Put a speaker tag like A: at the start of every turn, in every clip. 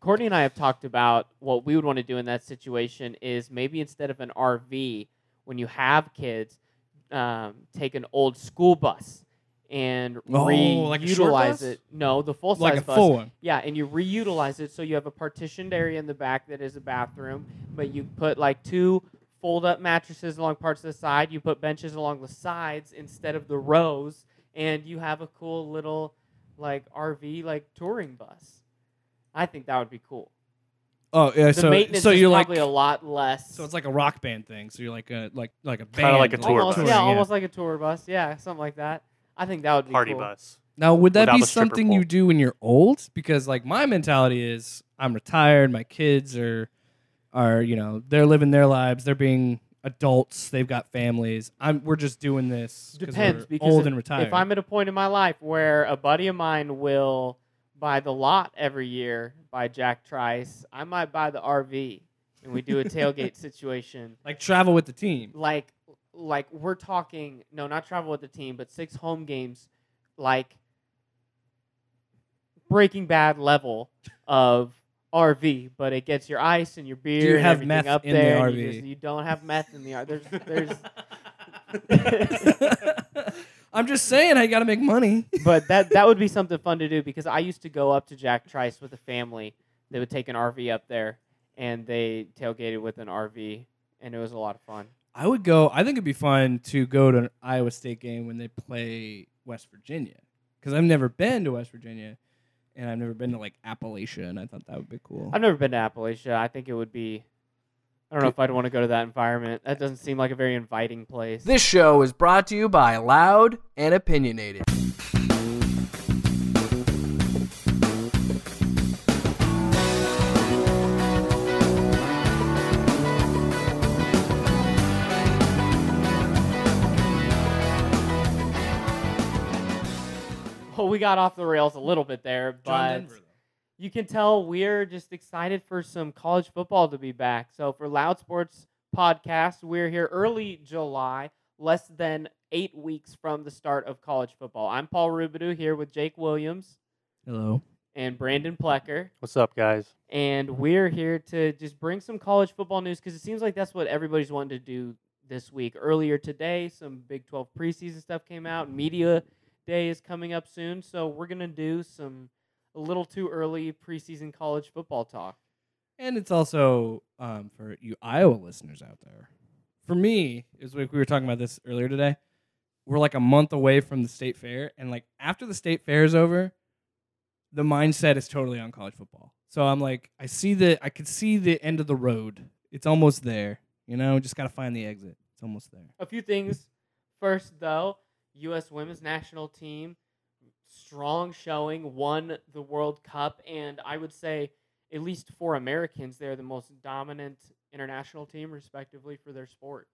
A: Courtney and I have talked about what we would want to do in that situation is maybe instead of an RV, when you have kids, um, take an old school bus and
B: Oh,
A: reutilize
B: like a short bus?
A: it. No, the full
B: like
A: size
B: a
A: bus.
B: full one.
A: Yeah, and you reutilize it so you have a partitioned area in the back that is a bathroom, but you put like two fold up mattresses along parts of the side, you put benches along the sides instead of the rows, and you have a cool little like RV like touring bus. I think that would be cool.
B: Oh yeah,
A: The
B: so
A: maintenance
B: so
A: is
B: you're like
A: probably a lot less.
B: so it's like a rock band thing. So you're like a like like a
C: Kinda
B: band.
C: like a tour
A: almost,
C: bus.
A: Yeah,
B: touring,
A: almost like a tour bus. Yeah, something like that. I think that would be
C: Party
A: cool.
C: bus.
B: Now, would that
C: without
B: be
C: the stripper
B: something
C: pole.
B: you do when you're old? Because like my mentality is, I'm retired. My kids are, are you know, they're living their lives. They're being adults. They've got families. I'm. We're just doing this. 'cause
A: Depends
B: we're
A: because
B: old
A: if,
B: and retired.
A: if I'm at a point in my life where a buddy of mine will buy the lot every year by Jack Trice, I might buy the RV and we do a tailgate situation.
B: like travel with the team.
A: Like like we're talking no, not travel with the team, but six home games like Breaking Bad level of RV, but it gets your ice and your beer.
B: you
A: and
B: have
A: everything
B: meth
A: up
B: in the
A: there? and
B: RV?
A: You, just- you don't have meth in the RV. There's, there's
B: I'm just saying, I got to make money.
A: but that that would be something fun to do because I used to go up to Jack Trice with a family. They would take an RV up there and they tailgated with an RV, and it was a lot of fun.
B: I would go. I think it'd be fun to go to an Iowa State game when they play West Virginia because I've never been to West Virginia, and I've never been to like Appalachia, and I thought that would be cool.
A: I've never been to Appalachia. I think it would be. I don't know if I'd want to go to that environment. That doesn't seem like a very inviting place.
D: This show is brought to you by Loud and Opinionated.
A: Well, we got off the rails a little bit there,
B: John
A: but
B: Denver, though.
A: you can tell we're just excited for some college football to be back. So for Loud Sports Podcast, we're here early July, less than eight weeks from the start of college football. I'm Paul Rubidoux here with Jake Williams
B: Hello.
A: and Brandon Plecker,
C: What's up, guys?
A: and we're here to just bring some college football news because it seems like that's what everybody's wanting to do this week. Earlier today, some Big 12 preseason stuff came out. Media Day is coming up soon, so we're gonna do some a little too early preseason college football talk.
B: And it's also um, for you Iowa listeners out there. For me, is like we were talking about this earlier today. We're like a month away from the state fair, and like after the state fair is over, the mindset is totally on college football. So I'm like, I see the, I could see the end of the road. It's almost there. You know, just gotta find the exit. It's almost there.
A: A few things first, though. U.S. Women's National Team strong showing won the World Cup, and I would say at least for Americans, they're the most dominant international team, respectively, for their sport.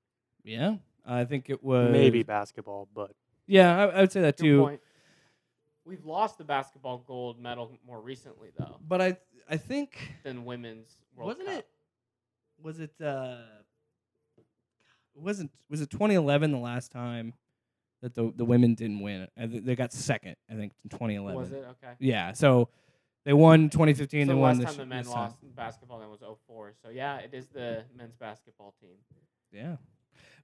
B: Yeah, I think it was
C: Maybe basketball, but
B: Yeah, I, I would say that
A: Good
B: too.
A: point. We've lost the basketball gold medal more recently though
B: But I, I think
A: than women's World
B: wasn't
A: Cup.
B: it was it uh wasn't was it 2011 the last time that the the women didn't win I thi- they got second i think in 2011
A: Was it okay?
B: yeah so they won 2015
A: so
B: they
A: last
B: won this
A: time the men
B: this time.
A: lost in basketball then was 04. So yeah, it is the men's basketball team.
B: yeah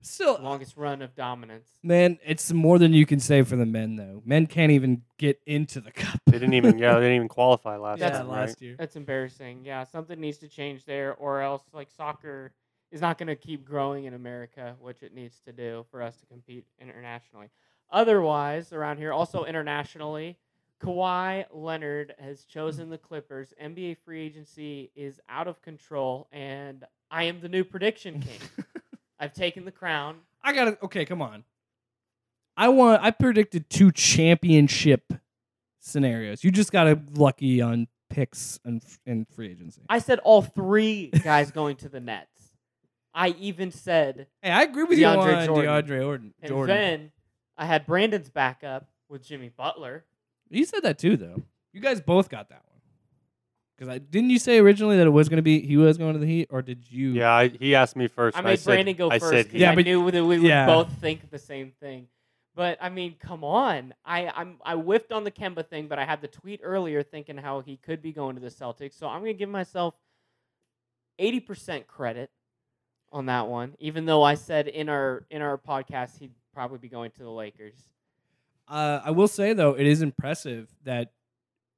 B: still
A: Longest run of dominance.
B: man it's more than you can say for the men though men can't even get into the cup
C: they didn't even yeah they didn't even qualify last
B: yeah,
A: That's
C: time,
B: last
C: right?
B: year
A: That's embarrassing. Yeah, something needs to change there, or else like soccer is not going to keep growing in America, which it needs to do for us to compete internationally. Otherwise, around here, also internationally, Kawhi Leonard has chosen the Clippers. NBA free agency is out of control, and I am the new prediction king. I've taken the crown.
B: i gotta okay come on i want i predicted two championship scenarios you just gotta lucky on picks and and free agency
A: I said all three guys going to the Nets. I even said
B: Hey, I agree with you
A: DeAndre
B: on
A: Jordan.
B: DeAndre Jordan.
A: And
B: Jordan.
A: then I had Brandon's backup with Jimmy Butler.
B: you said that too, though. You guys both got that one. Because I didn't you say originally that it was going to be he was going to the Heat, or did you?
C: Yeah, I, he asked me first.
A: I
C: and
A: made
C: said-
A: Brandon go
C: I
A: first
C: said
A: because
C: yeah,
A: I
B: but-
A: knew that we would
B: yeah.
A: both think the same thing. But I mean, come on. I I'm, I whiffed on the Kemba thing, but I had the tweet earlier thinking how he could be going to the Celtics. So I'm gonna give myself eighty percent credit on that one, even though I said in our in our podcast he'd probably be going to the Lakers.
B: Uh, I will say though, it is impressive that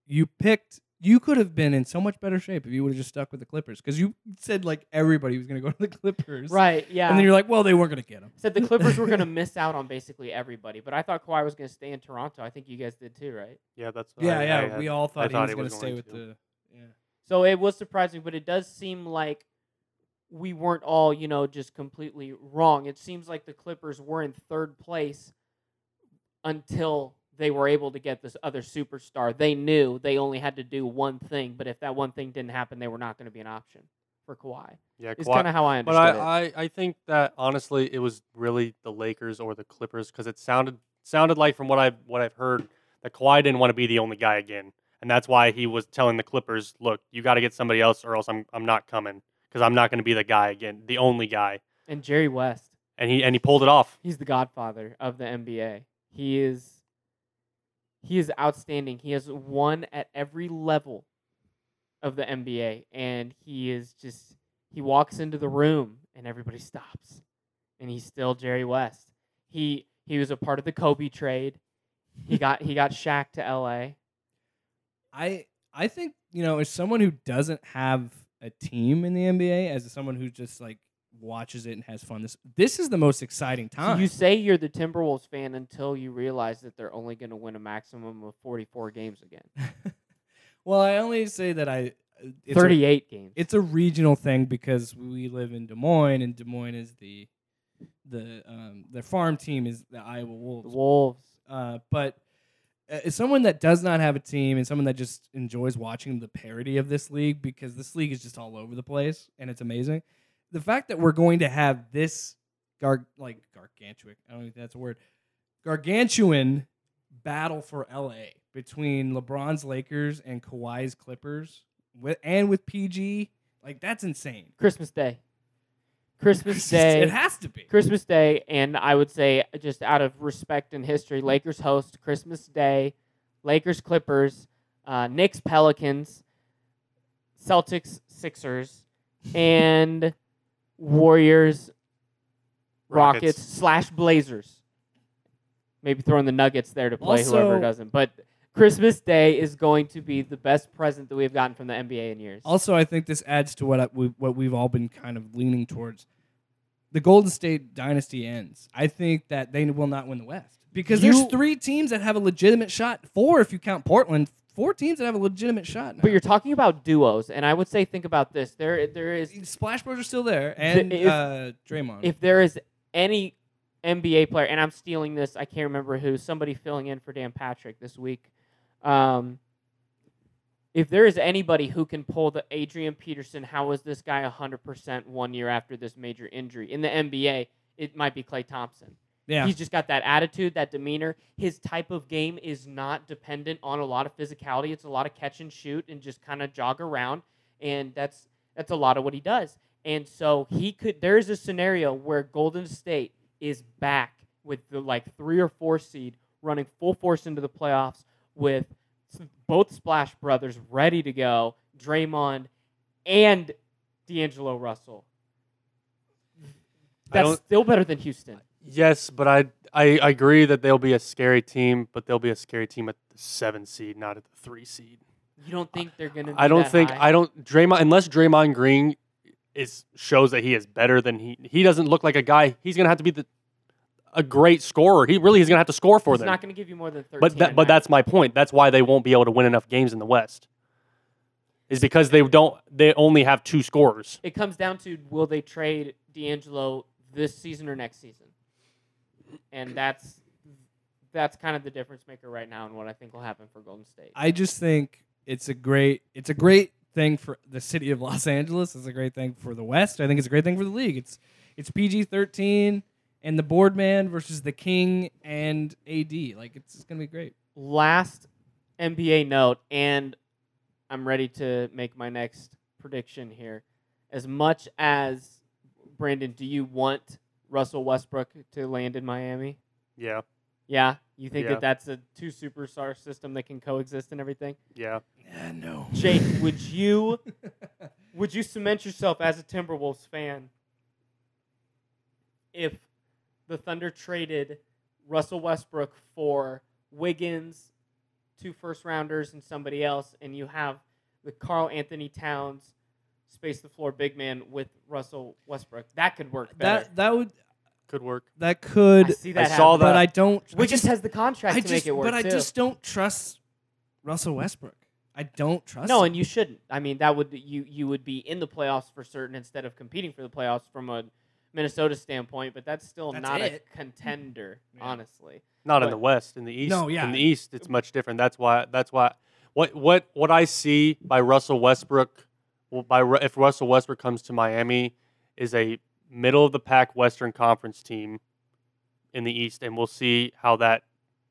B: you picked. You could have been in so much better shape if you would have just stuck with the Clippers because you said like everybody was going to go to the Clippers,
A: Right? Yeah.
B: And then you're like, well, they weren't going to get him.
A: said the Clippers were gonna miss out on basically everybody, but I thought Kawhi was gonna stay in Toronto. I think you guys did too, right?
C: Yeah, that's. what
B: Oh, Yeah,
C: I- I
B: yeah.
C: had.
B: we all thought,
C: thought
B: he
C: he
B: was,
C: was
B: going
C: going
B: to stay
C: to.
B: with the. Yeah.
A: So it was surprising, but it does seem like we weren't all, you know, just completely wrong. It seems like the Clippers were in third place until they were able to get this other superstar. They knew they only had to do one thing, but if that one thing didn't happen, they were not going to be an option for Kawhi.
C: yeah,
A: It's
C: Kawhi-
A: kind of how I
C: But
A: understood it.
C: I, I, I think that honestly it was really the Lakers or the Clippers because it sounded sounded like from what I've what I've heard that Kawhi didn't want to be the only guy again, and that's why he was telling the Clippers, "Look, you got to get somebody else, or else I'm I'm not coming because I'm not going to be the guy again, the only guy."
A: and Jerry West,
C: And he and he pulled it off.
A: he's the godfather of the NBA. He is he is outstanding. He has won at every level of the NBA and he is just he walks into the room and everybody stops. And he's still Jerry West. He he was a part of the Kobe trade. He got he got Shaq to LA.
B: I I think you know as someone who doesn't have a team in the NBA, as someone who just like watches it and has fun, this this is the most exciting
A: So
B: time.
A: you say you're the Timberwolves fan until you realize that they're only going to win a maximum of 44 games again.
B: well, I only say that I it's a-
A: 38 games.
B: it's a regional thing because we live in Des Moines, and Des Moines is the the um, the farm team is the Iowa
A: the
B: Wolves.
A: Wolves.
B: Uh, but uh, as someone that does not have a team and someone that just enjoys watching the parody of this league because this league is just all over the place and it's amazing. The fact that we're going to have this gar- like gargantuan, I don't think that's a word, gargantuan battle for LA between LeBron's Lakers and Kawhi's Clippers with and with PG, like that's insane.
A: Christmas Day. Christmas
B: It
A: Day.
B: has to be.
A: Christmas Day, and I would say just out of respect and history, Lakers host Christmas Day, Lakers Clippers, uh, Knicks Pelicans, Celtics Sixers, and Warriors Rockets, slash Blazers. Maybe throwing the Nuggets there to play whoever
B: Also-
A: doesn't, but. Christmas Day is going to be the best present that we've gotten from the NBA in years.
B: Also, I think this adds to what I, we, what we've all been kind of leaning towards. The Golden State dynasty ends. I think that they will not win the West because
A: You-
B: there's three teams that have a legitimate shot. Four, if you count Portland, four teams that have a legitimate shot. Now.
A: But you're talking about duos, and I would say think about this. There, there is
B: Splash Bros are still there, and
A: if-
B: uh, Draymond.
A: if there is any NBA player, and I'm stealing this, I can't remember who, somebody filling in for Dan Patrick this week. Um, if there is anybody who can pull the Adrian Peterson, how is this guy 100% one year after this major injury in the NBA? It might be Clay Thompson.
B: yeah,
A: He's just got that attitude, that demeanor. His type of game is not dependent on a lot of physicality. It's a lot of catch and shoot and just kind of jog around, and that's that's a lot of what he does. And so he could. There is a scenario where Golden State is back with the like three or four seed running full force into the playoffs with s- both Splash Brothers ready to go, Draymond and D'Angelo Russell.
C: I
A: That's
C: don't-
A: still better than Houston.
C: Yes, but I, I I agree that they'll be a scary team, but they'll be a scary team at the seven seed, not at the three seed.
A: You don't think they're gonna?
C: I don't think I don't Draymond unless Draymond Green is shows that he is better than he he doesn't look like a guy. He's gonna have to be the a great scorer. He really is gonna have to score for
A: It's
C: them.
A: not gonna give you more than thirteen.
C: but
A: a
C: that, but
A: night.
C: that's my point. That's why they won't be able to win enough games in the West. Is because they don't they only have two scorers.
A: it comes down to will they trade D'Angelo this season or next season, and that's that's kind of the difference maker right now, and what I think will happen for Golden State.
B: I just think it's a great it's a great thing for the city of Los Angeles. It's a great thing for the West. I think it's a great thing for the league. It's it's PG thirteen and the boardman versus the king and AD. Like it's, it's gonna be great.
A: Last NBA note, and I'm ready to make my next prediction here. As much as Brandon, do you want Russell Westbrook to land in Miami?
C: Yeah,
A: Yeah, you think
C: Yeah.
A: that that's a two superstar system that can coexist and everything?
C: Yeah.
B: Yeah, no.
A: Jake, would you would you cement yourself as a Timberwolves fan if the Thunder traded Russell Westbrook for Wiggins, two first rounders, and somebody else, and you have the Carl Anthony Towns space the floor big man with Russell Westbrook? That could work better.
B: that that would
C: Could work.
B: that could,
A: I see that.
C: I saw
A: happen.
B: but
C: that.
B: I don't. I
A: Wiggins
B: just,
A: has the contract
B: I
A: to
B: just,
A: make it work
B: but I
A: too.
B: just don't trust Russell Westbrook. I don't trust.
A: No,
B: him.
A: and you shouldn't. I mean, that would you you would be in the playoffs for certain instead of competing for the playoffs from a Minnesota standpoint, but that's still
B: That's
A: not
B: it.
A: a contender,
B: Yeah.
A: honestly.
C: Not
A: But-
C: in the West. In the East.
B: No, yeah.
C: In the East, it's much different. That's why. That's why. What what what I see by Russell Westbrook, well, by Ru- if Russell Westbrook comes to Miami, is a middle of the pack Western Conference team in the East, and we'll see how that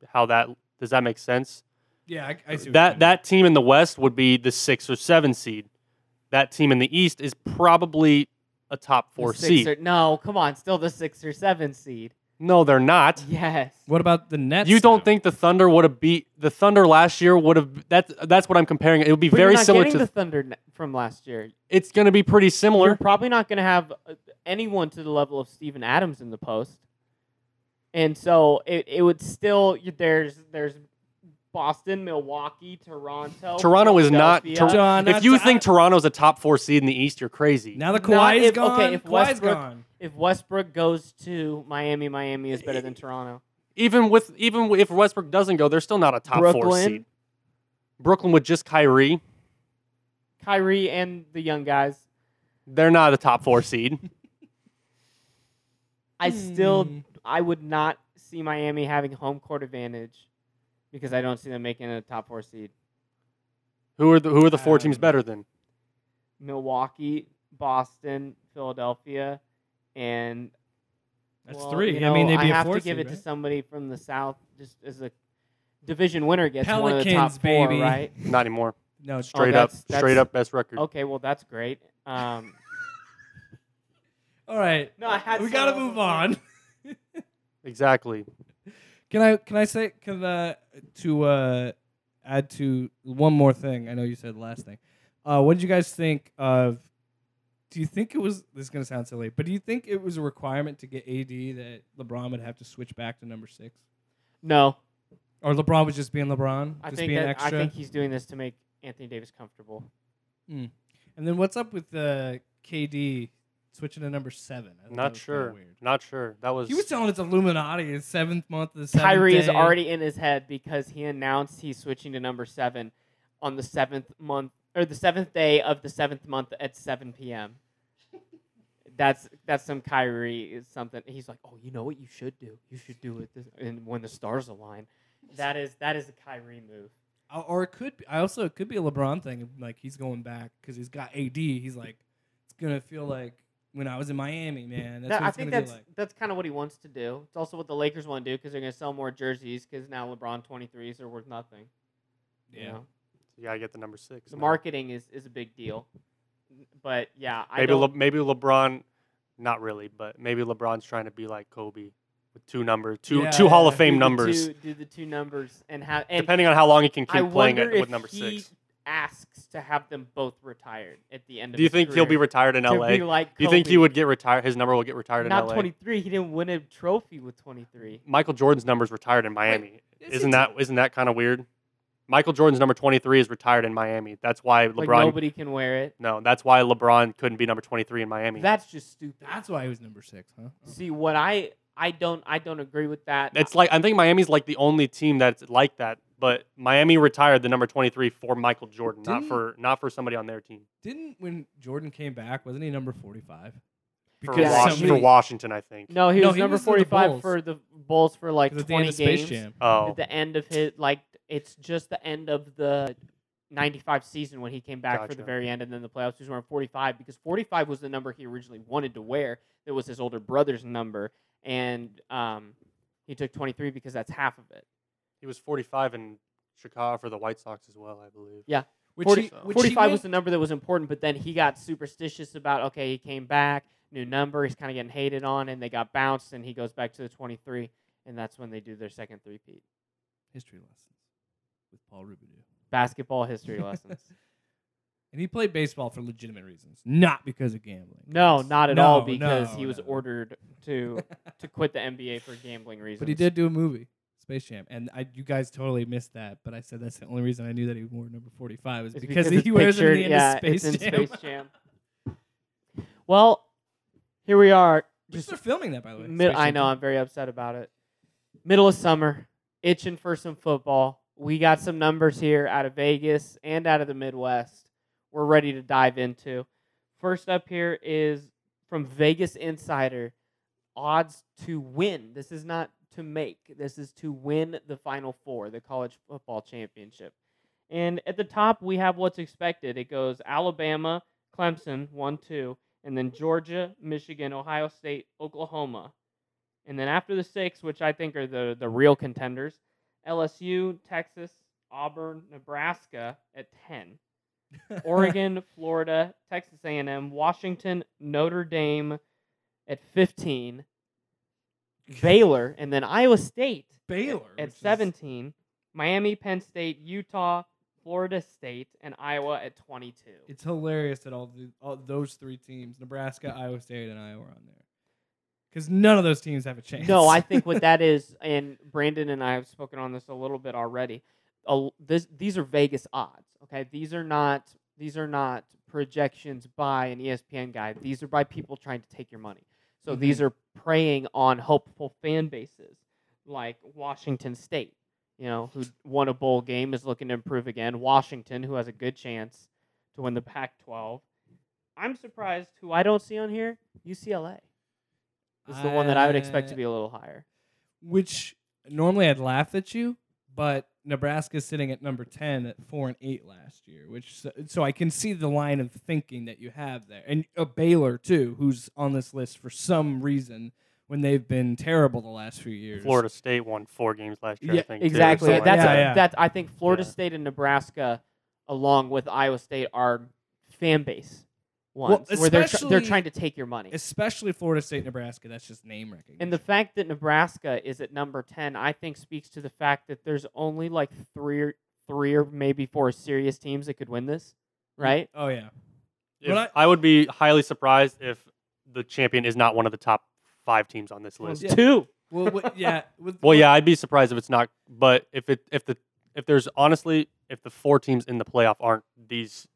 C: how that does that make sense.
B: yeah, I, I see what
C: that
B: you
C: that team in the West would be the six or seven seed. That team in the East is probably a top four
A: The six
C: seed.
A: or- no, come on, still the six or seven seed.
C: no, they're not.
A: Yes.
B: What about the Nets?
C: You don't
B: now?
C: think the Thunder would have beat the Thunder last year? Would have that's that's what I'm comparing. It would be
A: But
C: very
A: you're not
C: similar
A: getting
C: to.
A: the Thunder n- from last year.
C: it's going to be pretty
A: You're
C: similar.
A: probably not going to have uh, anyone to the level of Steven Adams in the post. And so it, it would still you- there's there's Boston, Milwaukee, Toronto.
C: Toronto is not-
A: Philadelphia.
B: John,
C: if
B: that's-
C: you
B: I-
C: think Toronto's a top four seed in the East, you're crazy.
B: now the
A: Not
B: Kawhi is
A: if-
B: gone,
A: okay, if
B: Kawhi's
A: Westbrook-
B: gone.
A: If Westbrook goes to Miami, Miami is better than
B: Eh,
A: Toronto.
C: Even with even if Westbrook doesn't go, they're still not a top four
A: Brooklyn?
C: seed. Brooklyn with just Kyrie,
A: Kyrie and the young guys.
C: they're not a top four seed.
A: I still
B: Hmm.
A: I would not see Miami having home court advantage because I don't see them making a top 4 seed.
C: who are the who are the four teams
B: Um,
C: better than?
A: Milwaukee, Boston, Philadelphia, and
B: That's
A: well,
B: three.
A: you
B: I mean,
A: know,
B: they'd be
A: I
B: a
A: have
B: four
A: to give
B: seed,
A: it to
B: right?
A: somebody from the south just as a division winner gets one of the top
B: Pelicans,
A: four,
B: baby.
A: right?
C: Not anymore.
B: No,
A: Oh,
C: Straight up,
A: that's- that's-
C: straight up best record.
A: Okay, well that's great. Um,
B: all right.
A: no, I had
B: we gotta
A: someone-
B: move on.
C: Exactly.
B: Can I can I say can uh to uh add to one more thing? I know you said the last thing. Uh, what did you guys think of? Do you think it was this is gonna sound silly, but do you think it was a requirement to get AD that LeBron would have to switch back to number six,
A: No,
B: or LeBron was just being LeBron,
A: I
B: just
A: think
B: being
A: that,
B: extra?
A: I think he's doing this to make Anthony Davis comfortable.
B: and then what's up with uh, KD switching to number seven? I thought that
C: Not
B: was kinda
C: sure.
B: Weird.
C: Not sure. That was
B: He was telling it's Illuminati. It's seventh month of the seventh
A: Kyrie is
B: day.
A: already in his head because he announced he's switching to number seven on the seventh month or the seventh day of the seventh month at seven p.m. That's that's some Kyrie is something. He's like, oh, you know what you should do? You should do it this, and when the stars align. That is that is a Kyrie move.
B: Or- or it could be. I also it could be a LeBron thing. Like he's going back because he's got AD. He's like, it's gonna feel like when I was in Miami, man. That's
A: That-
B: what
A: I
B: it's
A: think
B: gonna
A: that's
B: be like.
A: that's kind of what he wants to do. It's also what the Lakers want to do because they're going to sell more jerseys because now LeBron twenty threes are worth nothing. you know?
C: You gotta get the number six.
A: the
C: now.
A: marketing is is a big deal. But yeah, I
C: Maybe
A: don't-
C: Le- maybe LeBron, not really, but maybe LeBron's trying to be like Kobe with two numbers, two
B: Yeah,
C: two Hall of
B: yeah.
C: Fame
A: do the
C: numbers,
A: two- do the two numbers and have and
C: depending on how long he can
A: I
C: keep playing
A: wonder
C: it
A: if
C: with number
A: he
C: six.
A: asks to have them both retired at the end. of
C: Do you
A: his
C: think he'll be
A: career
C: retired in
A: to
C: LA?
A: Be like
C: Do you think he
A: Kobe.
C: would get retired? His number will get retired
A: Not
C: in LA.
A: twenty three. He didn't win a trophy with twenty three.
C: Michael Jordan's number's retired in Miami.
B: is he
C: isn't
B: t-
C: that isn't that kind of weird? Michael Jordan's number twenty three is retired in Miami. That's why
A: Like
C: LeBron.
A: nobody can wear it.
C: no, that's why LeBron couldn't be number twenty three in Miami.
A: That's just stupid.
B: That's why he was number six, huh?
A: See what I I don't I don't agree with that.
C: It's like I think Miami's like the only team that's like that. But Miami retired the number twenty three for Michael Jordan,
B: Didn't-
C: not for not for somebody on their team.
B: Didn't when Jordan came back, wasn't he number forty-five?
C: For,
A: Because
C: Wash-
A: somebody-
C: for Washington, I think.
A: no, he
B: No,
A: was
B: he
A: number
B: was in the
A: forty five
B: Bulls.
A: for the Bulls for like
B: because at
A: twenty
B: the end of
A: games.
B: Space Jam.
C: Oh,
A: at the end of his like it's just the end of the 95 season when he came back for the
C: Gotcha.
A: very end and then the playoffs he was wearing 45 because 45 was the number he originally wanted to wear that was his older brother's number and um, he took 23 because that's half of it
C: he was forty five in Chicago for the White Sox as well, I believe.
A: Yeah.
B: Which
A: 40
B: he- which he
A: 45
B: went-
A: was the number that was important but then he got superstitious about okay he came back new number he's kind of getting hated on and they got bounced and he goes back to the 23 and that's when they do their second three-peat.
B: History lessons with Paul Rubidoux.
A: Basketball history lessons.
B: And he played baseball for legitimate reasons, not because of gambling.
A: No, not at all
B: No,
A: because
B: no,
A: he was
B: no.
A: ordered to to quit the NBA for gambling reasons.
B: But he did do a movie, Space Jam, and I, you guys totally missed that. But I said that's the only reason I knew that he wore number forty-five is
A: It's
B: because,
A: it's
B: he wears it in
A: pictured-
B: the end
A: yeah,
B: of Space
A: it's
B: Jam.
A: in Space Jam. Well, here we are.
B: Which
A: Just
B: they're filming that by the way.
A: mid-
B: Space
A: I
B: Jam
A: know
B: two.
A: I'm very upset about it. Middle of summer, itching for some football. We got some numbers here out of Vegas and out of the Midwest. We're ready to dive into. First up here is from Vegas Insider odds to win. This is not to make. This is to win the Final Four, the college football championship. And at the top, we have what's expected. It goes Alabama, Clemson, 1 2, and then Georgia, Michigan, Ohio State, Oklahoma. And then after the six, which I think are the, the real contenders, LSU, Texas, Auburn, Nebraska at 10. Oregon, Florida, Texas A&M, Washington, Notre Dame at 15, Baylor, and then Iowa State
B: Baylor which
A: at
B: is-
A: 17, Miami, Penn State, Utah, Florida State, and Iowa at 22.
B: It's hilarious that all, the, all those three teams, Nebraska, Iowa State, and Iowa, are on there because none of those teams have a chance.
A: No, I think what that is, and Brandon and I have spoken on this a little bit already. a l- this, these are Vegas odds. Okay, these are not these are not projections by an E ESPN guy. These are by people trying to take your money. So these are preying on hopeful fan bases like Washington State, you know, who won a bowl game is looking to improve again. Washington, who has a good chance to win the Pac-12. I'm surprised who I don't see on here. UCLA is the one that I would expect to be a little higher.
B: which normally I'd laugh at you, but Nebraska's sitting at number 10 at 4 and 8 last year, which so, so I can see the line of thinking that you have there. And a Baylor too, who's on this list for some reason when they've been terrible the last few years.
C: Florida State won four games last year.
B: Yeah,
C: I think, too, or
A: Exactly.
C: something like
A: That's
B: Yeah,
A: a,
B: yeah.
A: that's I think Florida
C: Yeah.
A: State and Nebraska, along with Iowa State, are fan base
B: Well,
A: ones where they're tr- they're
B: especially-
A: trying to take your money.
B: Especially Florida State, Nebraska. That's just name recognition.
A: And the fact that Nebraska is at number ten, I think, speaks to the fact that there's only like three or three or maybe four serious teams that could win this, right?
B: oh yeah,
C: If-
B: But
C: I would be highly surprised if the champion is not one of the top five teams on this
A: Well,
C: list.
B: yeah.
A: Two.
B: well, what, yeah. With,
C: Well, yeah, I'd be surprised if it's not. But if it if the if there's honestly if the four teams in the playoff aren't these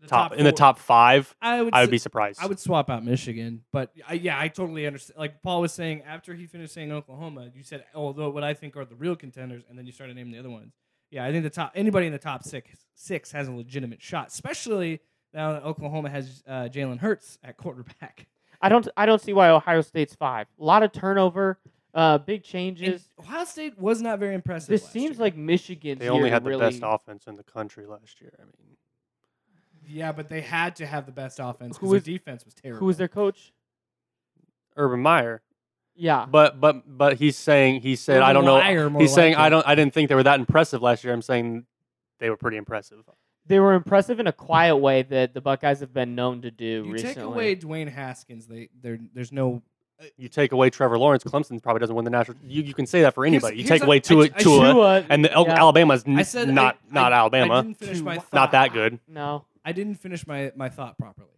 B: the
C: top, in the
B: four-
C: top five,
B: I would,
C: I would
B: say-
C: be surprised.
B: I would swap out Michigan, but I, yeah, I totally understand. Like Paul was saying, after he finished saying Oklahoma, you said, although what I think are the real contenders, and then you started naming the other ones. Yeah, I think the top anybody in the top six six has a legitimate shot, especially now that Oklahoma has uh, Jalen Hurts at quarterback.
A: I don't I don't see why Ohio State's five. A lot of turnover, uh, big
B: And
A: changes.
B: Ohio State was not very impressive.
A: This
B: last
A: seems
B: year.
A: like Michigan's
C: they only
A: year
C: had
A: to
C: the
A: really,
C: best offense in the country last year. I mean,
B: yeah, but they had to have the best offense
A: Who
B: because their
A: is-
B: defense was terrible.
A: Who was their coach?
C: Urban Meyer.
A: Yeah.
C: But but but he's saying he said
B: Urban
C: I don't know.
B: Meyer, more
C: he's saying
B: likely.
C: I don't I didn't think they were that impressive last year. I'm saying they were pretty impressive.
B: Uh,
A: they were impressive in a quiet way that the Buckeyes have been known to do
B: You
A: recently.
B: take away Dwayne Haskins, they there there's no
C: You take away Trevor Lawrence, Clemson probably doesn't win the national. You, you can say that for
B: Here's-
C: anybody. you
B: here's
C: take
B: a-
C: away
B: I
C: Tua,
B: ju- I
C: Tua,
A: Tua,
C: and the, El-
A: yeah.
C: Alabama's n-
B: I said I-
C: not
B: I-
C: not
B: I
C: Alabama.
B: didn't finish my thought.
C: Not that good.
A: no.
B: I didn't finish my, my thought properly.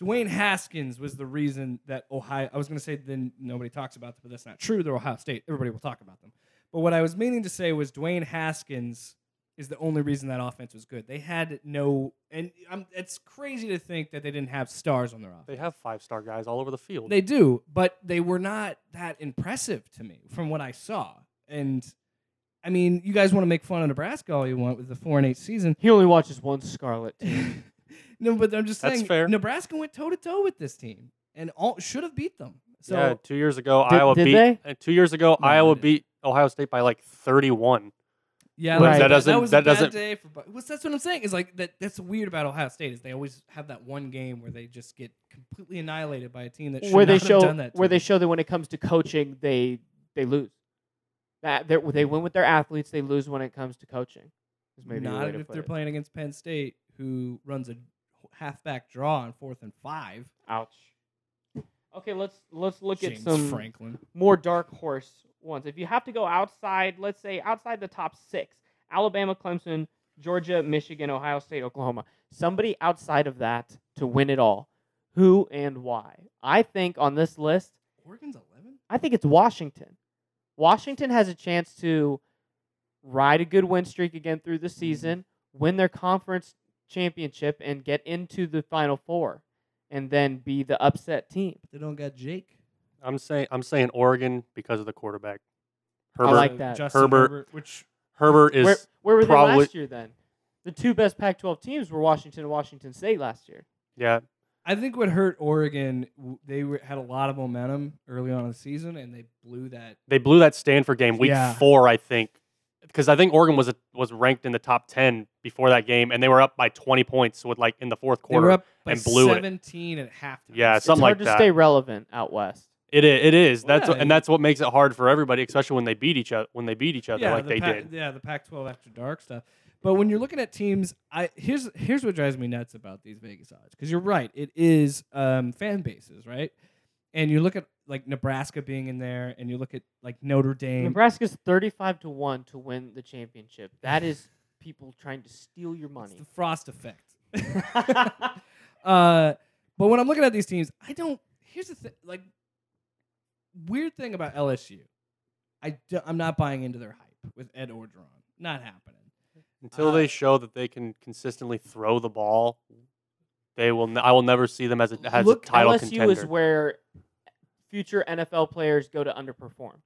B: Dwayne Haskins was the reason that Ohio. I was going to say then nobody talks about them, but that's not true. They're Ohio State. Everybody will talk about them. But what I was meaning to say was Dwayne Haskins is the only reason that offense was good. They had no, and i it's crazy to think that they didn't have stars on their offense.
C: They have five star guys all over the field.
B: They do, but they were not that impressive to me from what I saw. And I mean, you guys want to make fun of Nebraska all you want with the four and eight season.
A: He only watches one Scarlet.
B: no, but I'm just
C: That's
B: saying.
C: fair.
B: Nebraska went toe to toe with this team and all should have beat them. So
C: yeah, two years ago
A: Did-
C: Iowa
A: did
C: beat.
A: they?
C: uh, Two years ago
B: No,
C: Iowa
B: they didn't.
C: beat Ohio State by like thirty one.
B: yeah,
A: Right.
B: like,
A: that
C: doesn't-
B: was
C: that
B: a bad
C: doesn't-
B: Day for, Bu- well, that's what I'm saying. Is like that. That's weird about Ohio State is they always have that one game where they just get completely annihilated by a team that should
A: where they
B: not
A: show
B: have done that. to
A: where they
B: them.
A: show that when it comes to coaching, they they lose. That they're- they win with their athletes, they lose when it comes to coaching. Is maybe the way
B: not
A: to
B: if
A: put
B: they're
A: it.
B: playing against Penn State, who runs a halfback draw on fourth and five.
A: Ouch. Okay, let's let's look
B: James
A: at some
B: Franklin.
A: more dark horse ones. If you have to go outside, let's say outside the top six, Alabama, Clemson, Georgia, Michigan, Ohio State, Oklahoma. Somebody outside of that to win it all. Who and why? I think on this list,
B: Oregon's eleven.
A: I think it's Washington. Washington has a chance to ride a good win streak again through the season, win their conference championship, and get into the Final Four, and then be the upset team.
B: They don't got Jake.
C: I'm saying I'm saying Oregon because of the quarterback. Herbert
A: like that.
B: Justin
C: Herbert.
B: Which
C: Herbert is
A: where, where were they
C: probably-
A: last year then? The two best Pac-12 teams were Washington and Washington State last year.
C: yeah.
B: I think what hurt Oregon, w- they were, had a lot of momentum early on in the season, and they blew that.
C: They blew that Stanford game week
B: Yeah.
C: four, I think, because I think Oregon was a, was ranked in the top ten before that game, and they were up by 20 points with like in the fourth
B: they were
C: quarter.
B: up by
C: and blew it.
B: seventeen at halftime.
C: Yeah,
A: it's
C: Something
A: hard
C: like
A: to
C: that.
A: stay relevant out west.
C: It is. It is.
B: Well,
C: that's
B: yeah,
C: what, and that's what makes it hard for everybody, especially when they beat each other. When they beat each other, like
B: the
C: they
B: Pac-
C: did.
B: Yeah, the Pac-12 after dark stuff. But when you're looking at teams, I here's here's what drives me nuts about these Vegas odds because you're right, it is um, fan bases, right? And you look at like Nebraska being in there, and you look at like Notre Dame.
A: Nebraska's 35 to 1 to win the championship. That is people trying to steal your
B: It's
A: money.
B: the frost effect. uh, but when I'm looking at these teams, I don't. Here's the thing, like weird thing about LSU, I do, I'm not buying into their hype with Ed Orgeron. Not happening.
C: Until
B: Uh,
C: they show that they can consistely throw the ball, they will. N- I will never see them as a as
A: Look,
C: a title
A: LSU
C: contender.
A: is where future NFL players go to underperform.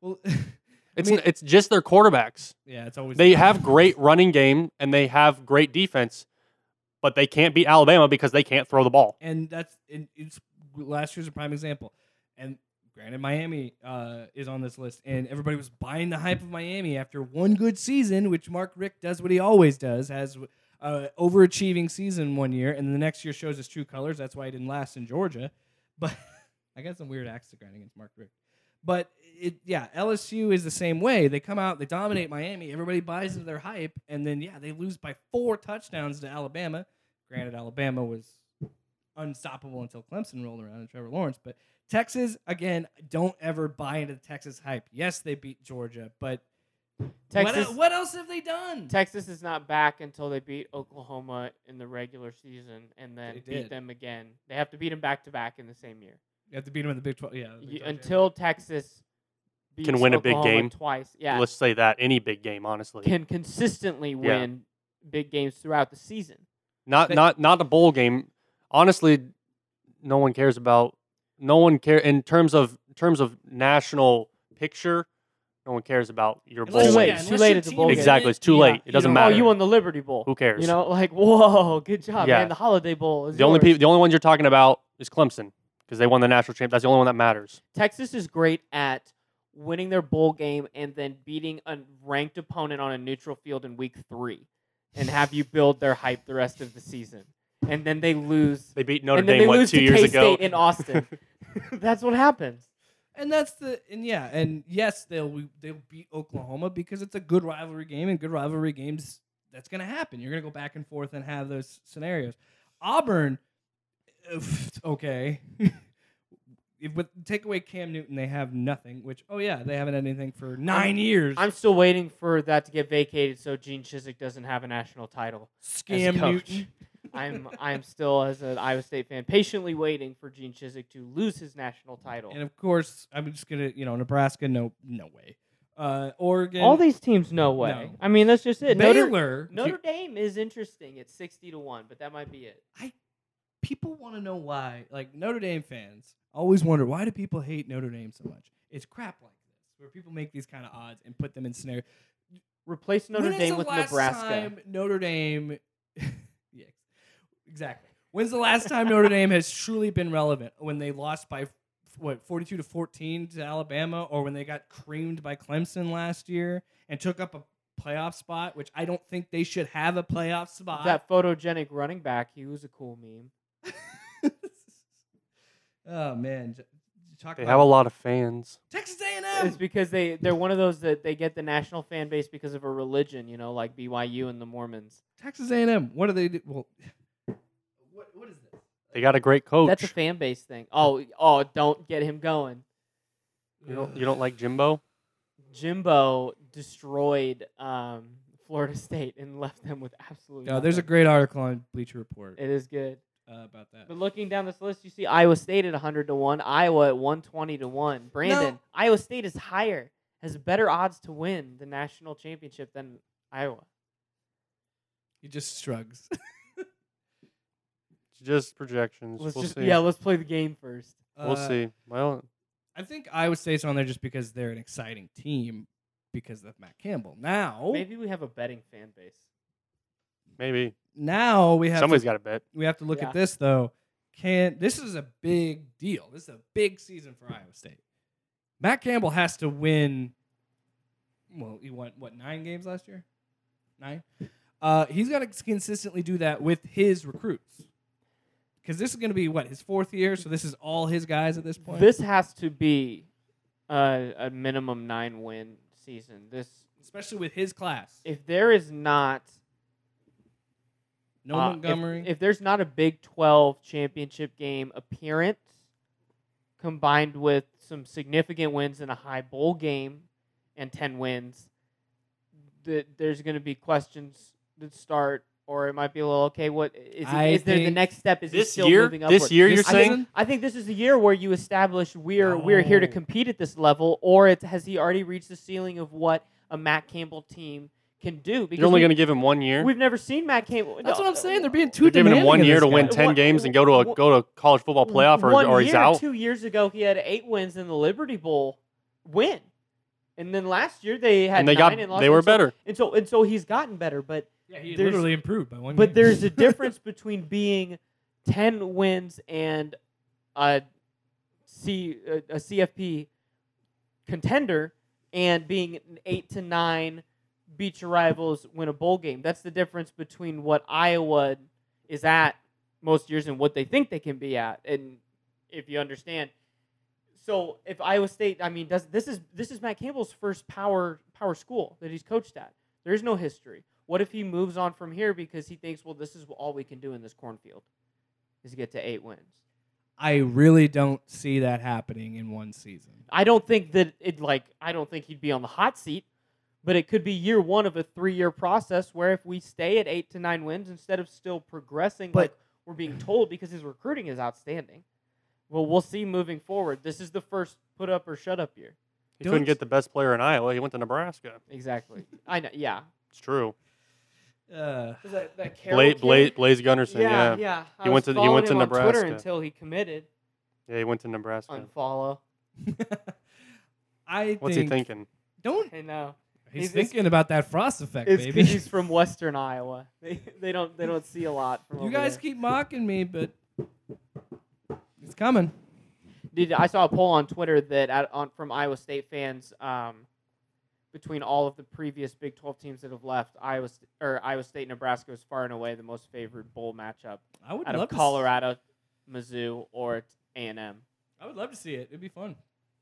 B: Well,
C: it's
B: I mean-
C: n- it's just their quarterbacks.
B: yeah, it's always
C: They have great running game and they have great defense, but they can't beat Alabama because they can't throw the ball.
B: and that's and it's last year's a prime example. And granted, Miami uh, is on this list, and everybody was buying the hype of Miami after one good season, which Mark Rick does what he always does, has uh, overachieving season one year, and the next year shows his true colors. That's why he didn't last in Georgia. But I got some weird axe to grind against Mark Rick. But it, yeah, LSU is the same way. They come out, they dominate Miami. Everybody buys into their hype, and then yeah, they lose by four touchdowns to Alabama. Granted, Alabama was unstoppable until Clemson rolled around and Trevor Lawrence. But Texas, again, don't ever buy into the Texas hype. Yes, they beat Georgia, but
A: Texas
B: what, what else have they done?
A: Texas is not back until they beat Oklahoma in the regular season and then
B: They
A: beat
B: did.
A: them again. They have to beat them back to back in the same year.
B: you have to beat them in the Big Twelve. Yeah, the Big
A: You-
B: 12
A: until Texas beats
C: Can win a big
A: Oklahoma
C: game.
A: twice. Yeah,
C: Let's say that any big game, honestly,
A: can consistently win big games throughout the season.
C: not
B: They-
C: not not a bowl game. Honestly, no one cares about. No one care in terms of in terms of national picture. No one cares about your
B: Unless
C: bowl
A: Too
B: you-
A: late.
C: win.
B: yeah,
A: It's
B: unless
A: too late
B: your
A: at the
B: team
A: bowl
B: is
A: game.
C: Exactly, it's too
B: yeah,
C: late. It
B: you
C: doesn't
B: don't-
A: Oh,
C: matter.
A: you won the Liberty Bowl.
C: Who cares?
A: You know, like whoa, good job,
C: Yeah.
A: man. The Holiday Bowl is
C: the only
A: yours.
C: people, the only ones you're talking about is Clemson because they won the national champ. That's the only one that matters.
A: Texas is great at winning their bowl game and then beating a ranked opponent on a neutral field in week three, and have you build their hype the rest of the season, and then they lose.
C: They beat Notre
A: and then they
C: Dame what
A: lose
C: two
A: to
C: years
A: K-State
C: ago.
A: in Austin. That's what happens.
B: And that's the and yeah and yes they'll they'll beat Oklahoma because it's a good rivalry game and good rivalry games that's going to happen. You're going to go back and forth and have those scenarios. Auburn, oof, okay. If with take away Cam Newton, they have nothing. Which oh yeah, they haven't had anything for 9 years.
A: I'm still waiting for that to get vacated so Gene Chiswick doesn't have a national title.
B: Scam
A: coach.
B: Newton.
A: I'm I'm still as an Iowa State fan patiently waiting for Gene Chiswick to lose his national title.
B: And of course, I'm just gonna you know Nebraska. No, no way. Uh, Oregon.
A: All these teams, no way.
B: No.
A: I mean, that's just it.
B: Baylor.
A: Notre,
B: if you-
A: Notre Dame is interesting at sixty to one, but that might be it.
B: people want to know why. Like Notre Dame fans always wonder why do people hate Notre Dame so much? It's crap like this, where people make these kind of odds and put them in scenarios.
A: Replace Notre
B: When is
A: Dame
B: the
A: with
B: last
A: Nebraska.
B: Time Notre Dame. yeah, exactly. When's the last time Notre Dame has truly been relevant? When they lost by what forty-two to fourteen to Alabama, or when they got creamed by Clemson last year and took up a playoff spot, which I don't think they should have a playoff spot.
A: That photogenic running back, he was a cool meme.
B: oh man, J- talk
C: They
B: about
C: have a lot of fans.
B: Texas
A: It's
B: A&M.
A: because they they're one of those that they get the national fan base because of a religion, you know, like BYU and the Mormons.
B: Texas A&M. What do they do? Well, what what is this?
C: They got a great coach.
A: That's a fan base thing. Oh, oh, don't get him going.
C: you don't you don't like Jimbo?
A: Jimbo destroyed um, Florida State and left them with absolutely.
B: No, oh, there's a
A: nothing.
B: great article on Bleacher Report
A: It is good.
B: uh, about that.
A: But looking down this list, you see Iowa State at 100 to 1, Iowa at 120 to 1. Brandon, Iowa State is higher, has better odds to win the national championship than Iowa.
B: He just shrugs.
C: It's just projections.
A: Let's
C: we'll
A: just
C: see.
A: yeah, let's play the game first.
C: we'll
B: Uh,
C: see. Well,
B: I think Iowa State's on there just because they're an exciting team because of Matt Campbell. Now,
A: Maybe we have a betting fan base.
C: maybe
B: now we have
C: somebody's
B: to,
C: got to bet.
B: we have to look
A: Yeah.
B: at this though. Can this is a big deal? This is a big season for Iowa State. Matt Campbell has to win. Well, he won what nine games last year? Nine. Uh, he's got to consistently do that with his recruits because this is going to be what his fourth year. So this is all his guys at this point.
A: This has to be uh, a minimum 9 win season. This
B: especially with his class,
A: if there is not
B: no
A: Uh, if-
B: Montgomery.
A: If, there's not a Big 12 championship game appearance combined with some significant wins in a high bowl game and 10 wins, th- there's going to be questions that start, or it might be a little okay. What is,
B: I
A: he, is there the
B: think
A: next step? Is he
C: This
A: still
C: year,
A: moving
C: this
A: upward?
C: year, you're
B: This
A: I
C: saying
B: season?
A: think, I think this is the year where you establish we're we're here to
B: No.
A: compete at this level, or it's, has he already reached the ceiling of what a Matt Campbell team can do? Because
C: you're only
A: we-
C: going to give him one year.
A: We've never seen Matt Campbell.
B: That's
A: No, uh,
B: what I'm saying. They're being too
C: They're giving him
B: demanding
C: one
B: of
C: year
B: this
C: to win
B: guy.
C: ten
A: What-
C: games and go to a
A: what-
C: go to college football playoff or,
A: One
C: or
A: year,
C: he's out.
A: Two years ago, he had eight wins in the Liberty Bowl win, and then last year they had
C: And they
A: nine
C: got
A: and lost.
C: they were
A: and so-
C: better.
A: and so and so he's gotten better. But
B: Yeah, he
A: There's-
B: literally improved by one.
A: but
B: game.
A: there's a difference between being ten wins and a C a, a CFP contender and being an eight to nine beat your rivals win a bowl game. That's the difference between what Iowa is at most years and what they think they can be at. And if you understand, so if Iowa State, I mean, does this is this is Matt Campbell's first power power school that he's coached at. There is no history. What if he moves on from here because he thinks, well, this is all we can do in this cornfield, is get to eight wins.
B: I really don't see that happening in one season.
A: I don't think that it like I don't think he'd be on the hot seat, but it could be year one of a three year process where if we stay at eight to nine wins instead of still progressing
B: But-
A: like we're being told because his recruiting is outstanding. Well, we'll see moving forward. This is the first put up or shut up year.
C: He
B: Don't-
C: couldn't get the best player in Iowa. He went to Nebraska.
A: Exactly. I know. Yeah.
C: It's true.
B: Uh,
A: That, that
C: Blaze, Blaze, Blaze Gunnerson. Yeah.
A: Yeah,
C: yeah,
A: yeah.
C: He went to- he went to
A: him on Twitter
C: Nebraska.
A: until he committed.
C: He went to Nebraska.
A: Unfollow.
B: I
C: What's
B: think,
C: he thinking?
B: Don't
A: I know.
B: he's,
A: He's just-
B: thinking about that frost effect,
A: It's
B: baby.
A: because he's from Western Iowa. They, they don't they don't see a lot from
B: you
A: over
B: guys
A: there.
B: keep mocking me, but it's coming.
A: Did I saw a poll on Twitter that at, on, from Iowa State fans um, between all of the previous Big 12 teams that have left, Iowa St- or Iowa State Nebraska was far and away the most favored bowl matchup
B: I would
A: out
B: love
A: of
B: to s-
A: Colorado, Mizzou, or A&M.
B: I would love to see it. It'd be fun.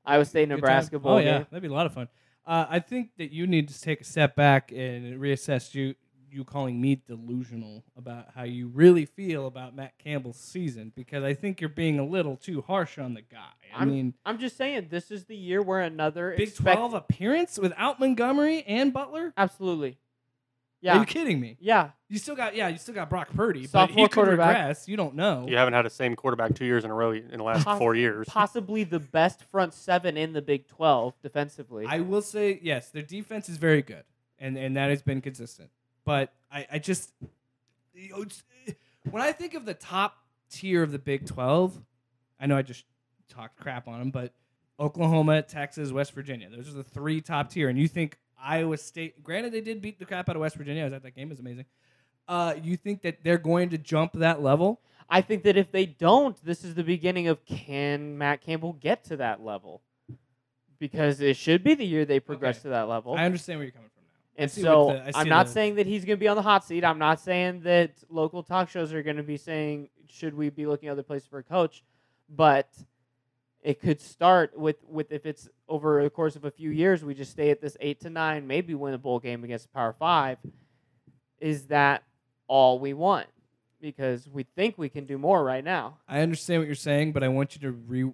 A: Iowa State
B: Good time.
A: Nebraska bowl
B: Oh yeah,
A: game.
B: that'd be a lot of fun. Uh, I think that you need to take a step back and reassess you. You calling me delusional about how you really feel about Matt Campbell's season because I think you're being a little too harsh on the guy. I
A: I'm-
B: mean,
A: I'm just saying this is the year where another
B: Big
A: expect-
B: Twelve appearance without Montgomery and Butler.
A: Absolutely.
B: Are
A: Yeah.
B: you kidding me?
A: Yeah.
B: You still got yeah, you still got Brock Purdy, but he
A: Sophomore
B: could
A: quarterback.
B: regress. You don't know.
C: You haven't had the same quarterback two years in a row in the last
A: Poss-
C: four years.
A: Possibly the best front seven in the Big 12 defensively.
B: I will say yes, their defense is very good, and and that has been consistent. But I I just you know, it's- when I think of the top tier of the Big Twelve, I know I just talked crap on them, but Oklahoma, Texas, West Virginia, those are the three top tier. And you think Iowa State? Granted, they did beat the crap out of West Virginia. I was at that game; it was amazing. Uh, you think that they're going to jump that level?
A: I think that if they don't, this is the beginning of can Matt Campbell get to that level? Because it should be the year they progress
B: Okay.
A: to that level.
B: I understand where you're coming from now. I
A: and
B: see
A: so
B: what the- I
A: I'm
B: see
A: not
B: the-
A: saying that he's going to be on the hot seat. I'm not saying that local talk shows are going to be saying, should we be looking other places for a coach? But it could start with, with if it's over the course of a few years, we just stay at this eight to nine, maybe win a bowl game against the Power Five. Is that all we want? because we think we can do more right now.
B: I understand what you're saying, but I want you to re.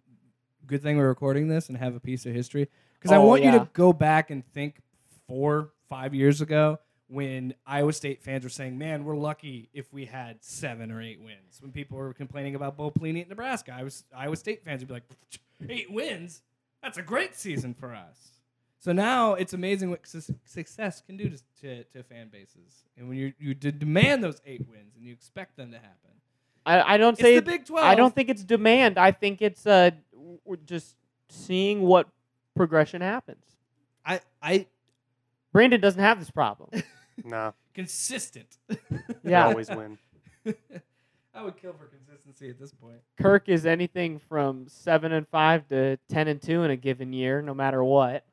B: Good thing we're recording this and have a piece of history because I
A: Oh,
B: want you
A: yeah.
B: to go back and think four, five years ago when Iowa State fans were saying, "Man, we're lucky if we had seven or eight wins." When people were complaining about Bo Pelini at Nebraska, I was Iowa State fans would be like, eight wins? That's a great season for us." So now it's amazing what su- success can do to, to, to fan bases, and when you you d- demand those eight wins and you expect them to happen,
A: I, I don't
B: it's
A: say
B: the Big Twelve.
A: I don't think it's demand. I think it's uh, w- w- just seeing what progression happens.
B: I, I
A: Brandon doesn't have this problem.
C: Nah,
B: consistent.
C: they
A: Yeah.
C: always win.
B: I would kill for consistency at this point.
A: Kirk is anything from seven and five to ten and two in a given year, no matter what.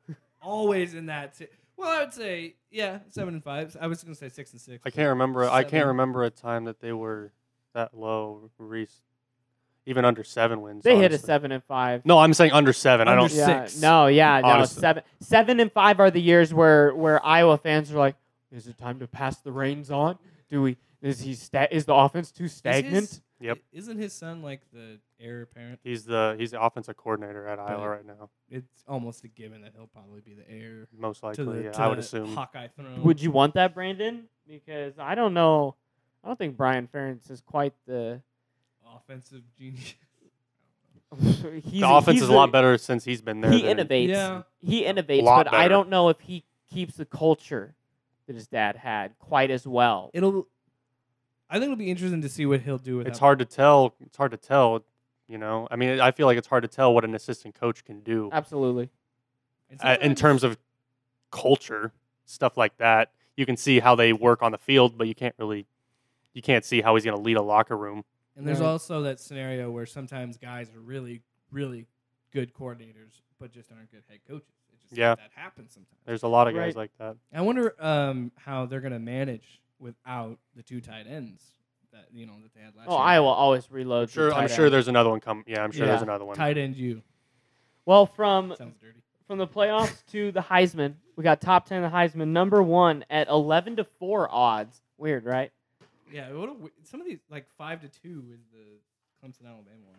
B: Always in that. si- well, I would say yeah, seven and five. I was gonna say six and six.
C: I can't remember. I can't
B: Seven.
C: remember a time that they were that low, Reese, even under seven wins.
A: They hit a
C: honestly.
A: seven and five.
C: No, I'm saying under seven. I
B: Under
C: don't.
B: seven.
A: yeah,
B: six.
A: no, yeah, no.
C: Honestly.
A: Seven, seven and five are the years where where Iowa fans are like, is it time to pass the reins on? Do we? Is he? Sta- is the offense too stagnant?
B: his-
C: Yep.
B: Isn't his son like the heir apparent?
C: He's the he's the offensive coordinator at
B: Right.
C: Iowa right now,
B: It's almost a given that he'll probably be the heir
C: most
B: to
C: likely.
B: the,
C: yeah,
B: to
C: I would
B: the
C: assume.
B: Hawkeye throne.
A: Would you want that, Brandon? Because I don't know. I don't think Brian Ferentz is quite the.
B: offensive genius?
A: he's,
C: the offense is a lot better since he's been there.
A: He
C: than-
A: innovates.
B: Yeah.
A: He innovates,
C: lot
A: but I
C: better.
A: don't know if he keeps the culture that his dad had quite as well.
B: It'll. I think it'll be interesting to see what he'll do with.
C: It's hard to tell. It's hard to tell. You know, I mean, I feel like it's hard to tell what an assistant coach can do
A: Absolutely.
C: uh, in terms of culture, stuff like that. You can see how they work on the field, but you can't really, you can't see how he's going to lead a locker room.
B: And there's
A: Right.
B: also that scenario where sometimes guys are really, really good coordinators, but just aren't good head coaches. It just
C: Yeah.
B: that happens sometimes.
C: There's a lot of
A: Right.
C: guys like that.
B: I wonder um, how they're going to manage without the two tight ends that you know that they had last
A: Oh,
B: year.
A: Iowa always reloads.
C: Sure, I'm sure there's another one coming. Yeah, I'm sure there's
A: Yeah.
C: another one.
B: tight end. You
A: Well, from
B: sounds dirty.
A: from the playoffs to the Heisman, we got top ten of the Heisman, number one at eleven to four odds. Weird, right?
B: Yeah, what a, w- some of these like five to two is the Clemson Alabama one.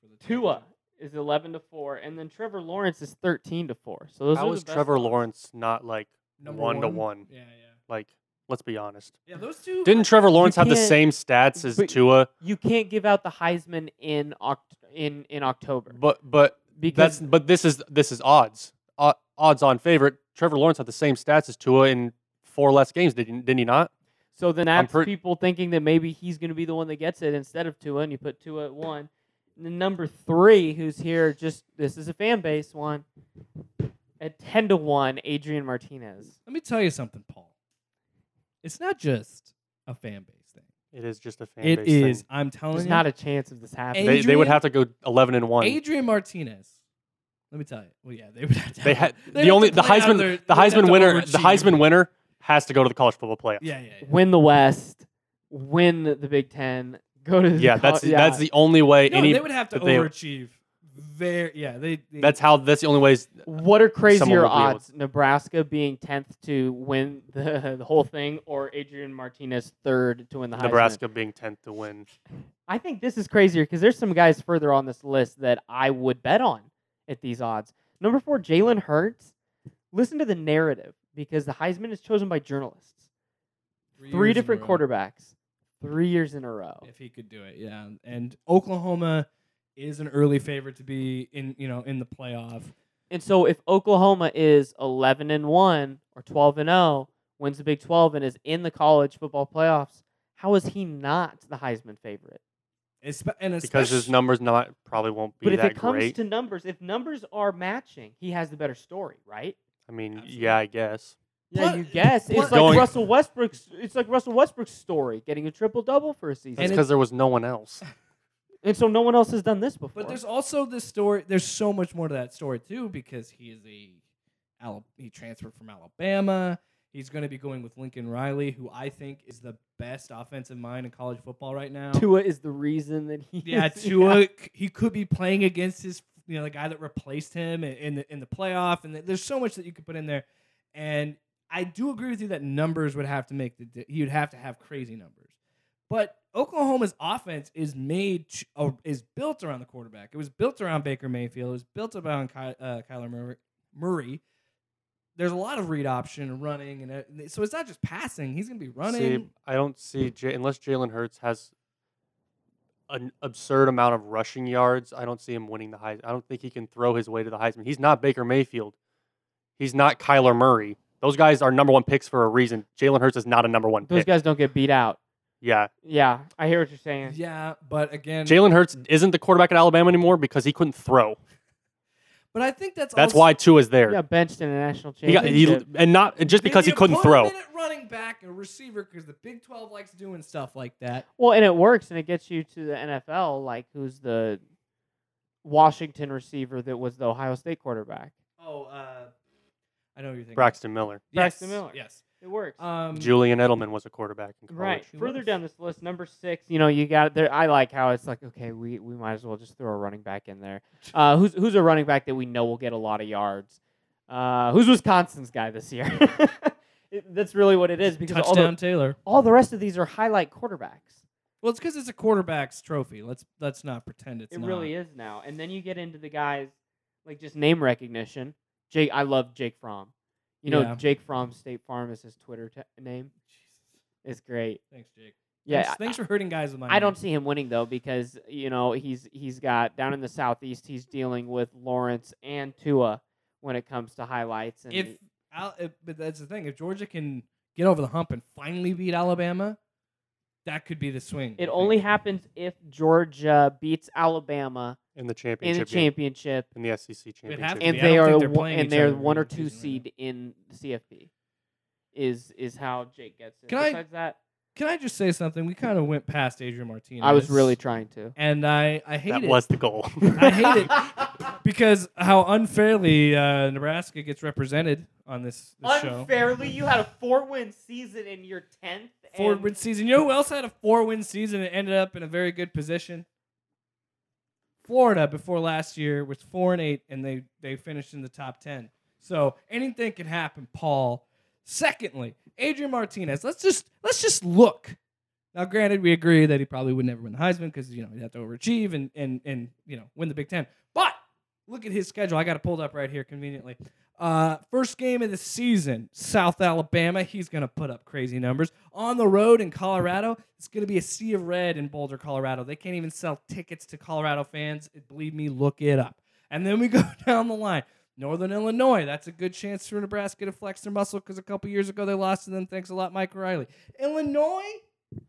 B: For the tight
A: Tua
B: end.
A: is eleven to four, and then Trevor Lawrence is thirteen to four. So those
C: How
A: are the
C: was
A: best
C: Trevor
A: odds.
C: Lawrence not like
B: Number
C: one to one?
B: Yeah, yeah,
C: like? Let's be honest.
B: yeah. Those two
C: Didn't Trevor Lawrence have the
A: can't-
C: same stats as
A: but-
C: Tua?
A: You can't give out the Heisman in Oct- in in October
C: But but
A: because
C: that's but this is this is odds. O- odds on favorite. Trevor Lawrence had the same stats as Tua in four less games. Did didn't he not?
A: so then that's
C: per-
A: people thinking that maybe he's going to be the one that gets it instead of Tua, and you put Tua at one. And then number three, who's here, just this is a fan base one at ten to one, Adrian Martinez.
B: Let me tell you something, Paul. It's not just a fan base thing.
C: It is just a fan
B: It
C: base
B: is.
C: thing.
B: I'm telling
A: There's
B: you,
A: not a chance of this happening.
C: They, they would
B: Oh, Adrian-
C: have to go eleven and one.
B: Adrian Martinez. Let me tell you. Well, yeah, they would have to.
C: They had the only the Heisman the Heisman winner the Heisman winner has to go to the college football playoff.
B: Yeah, yeah, yeah.
A: win the West, win the Big Ten, go to the
C: Yeah,
A: col-
C: that's that's the only way
B: No,
C: any
B: they would have to
C: but they-
B: overachieve. Very, yeah, they. they
C: that's how that's the only ways
A: What are
C: Someone
A: crazier
C: will be able
A: odds? Nebraska being tenth to win the, the whole thing, or Adrian Martinez third to win the Heisman?
C: Nebraska being tenth to win.
A: I think this is crazier because there's some guys further on this list that I would bet on at these odds. Number four, Jalen Hurts. Listen to the narrative because the Heisman is chosen by journalists.
B: years
A: Three
B: in a
A: different
B: row,
A: quarterbacks, three years in a row.
B: If he could do it, yeah. And Oklahoma is an early favorite to be in, you know, in the playoff.
A: And so if Oklahoma is 11 and 1 or 12 and 0, wins the Big 12 and is in the college football playoffs, how is he not the Heisman favorite?
B: Espe- and
C: Because his
B: especially-
C: numbers not probably won't be
A: but if
C: that
A: it comes
C: great.
A: to numbers, if numbers are matching, he has the better story, right?
C: I mean,
B: Absolutely.
C: yeah, I guess.
A: Yeah,
B: Plus-
A: you guess.
B: plus-
A: It's like
C: Going-
A: Russell Westbrook's it's like Russell Westbrook's story, getting a triple double for a season.
C: That's
B: And
A: And,
B: it-
C: because there was no one else.
A: so no one else has done this before.
B: But there's also this story. There's so much more to that story too, because he is a Al- he transferred from Alabama. He's going to be going with Lincoln Riley, who I think is the best offensive mind in college football right now.
A: Tua is the reason that he
B: Yeah,
A: is-
B: Tua. c- He could be playing against his, you know, the guy that replaced him in- in the in the playoff, and there's so much that you could put in there. And I do agree with you that numbers would have to make the. di- You'd have to have crazy numbers, but Oklahoma's offense is made ch- uh, is built around the quarterback. It was built around Baker Mayfield. It was built around Ky- uh, Kyler Murray. Murray. There's a lot of read option and running, and uh, so it's not just passing. He's going to be running.
C: See, I don't see J- unless Jalen Hurts has an absurd amount of rushing yards. I don't see him winning the Heisman. I don't think he can throw his way to the Heisman. He's not Baker Mayfield. He's not Kyler Murray. Those guys are number one picks for a reason. Jalen Hurts is not a number one
A: Those
C: pick.
A: guys don't get beat out.
C: yeah,
A: Yeah, I hear what you're saying.
B: yeah, but again,
C: Jalen Hurts isn't the quarterback at Alabama anymore because he couldn't throw.
B: but I think that's
C: That's
B: also-
C: why Tua's there.
A: He got benched in a national
C: he got,
A: championship.
C: he, and not and just
B: Maybe
C: because he
B: you
C: couldn't
B: put
C: throw.
B: Him in at running back and receiver because the Big Twelve likes doing stuff like that.
A: well, and it works, and it gets you to the NFL. Like, who's the Washington receiver that was the Ohio State quarterback?
B: Oh, uh, I know what you're thinking.
C: Braxton Miller,
B: Yes,
A: Braxton Miller.
B: Yes.
A: It works.
B: Um,
C: Julian Edelman was a quarterback in college.
A: Right.
B: Who
A: Further
B: else?
A: down this list, number six, you know, you got there. I like how it's like, okay, we, we might as well just throw a running back in there. Uh, who's who's a running back that we know will get a lot of yards? Uh, who's Wisconsin's guy this year? It- that's really what it is because all
B: touchdown
A: the,
B: Taylor.
A: all the rest of these are highlight quarterbacks.
B: Well, it's because it's a quarterback's trophy. Let's let's not pretend it's
A: it
B: not.
A: really is now. And then you get into the guys like just name recognition. Jake, I love Jake Fromm. You know,
B: Yeah.
A: Jake Fromm State Farm is his Twitter t- name. It's great.
B: Thanks, Jake.
A: Yeah,
B: Thanks,
A: I-
B: thanks for hurting guys with my.
A: I don't
B: name.
A: see him winning though because you know he's he's got down in the southeast he's dealing with Lawrence and Tua when it comes to highlights and
B: If, Al, if but that's the thing. If Georgia can get over the hump and finally beat Alabama, that could be the swing.
A: it only happens if Georgia beats Alabama in
C: in the
A: the
C: championship. game,
A: championship
C: in the SEC
B: It would
C: championship.
B: have to
C: game.
A: and
B: I
A: they
B: don't
A: are
B: think they're
A: the one-
B: playing
A: and
B: each
A: they're
B: other
A: one or
B: in the
A: two
B: season right
A: seed in the CFP is is how Jake gets it.
B: Can I-
A: Besides that,
B: Can I just say something? We kind of went past Adrian Martinez.
A: I was really trying to.
B: and I I hate
C: that
B: it
C: was the goal.
B: I hate it because how unfairly uh, Nebraska gets represented on this, this show.
A: Unfairly, you had a four win season in your tenth.
B: Four win season. You know who else had a four win season and ended up in a very good position? Florida before last year was four and eight, and they they finished in the top ten. So anything can happen, Paul. Secondly, Adrian Martinez. Let's just let's just look. Now, granted, we agree that he probably would never win the Heisman because you know he'd have to overachieve and and and you know win the Big Ten. But look at his schedule. I got it pulled up right here conveniently. Uh, first game of the season, South Alabama. He's going to put up crazy numbers. On the road in Colorado, it's going to be a sea of red in Boulder, Colorado. They can't even sell tickets to Colorado fans. Believe me, look it up. And then we go down the line. Northern Illinois, that's a good chance for Nebraska to flex their muscle because a couple years ago they lost to them. Thanks a lot, Mike Riley. Illinois,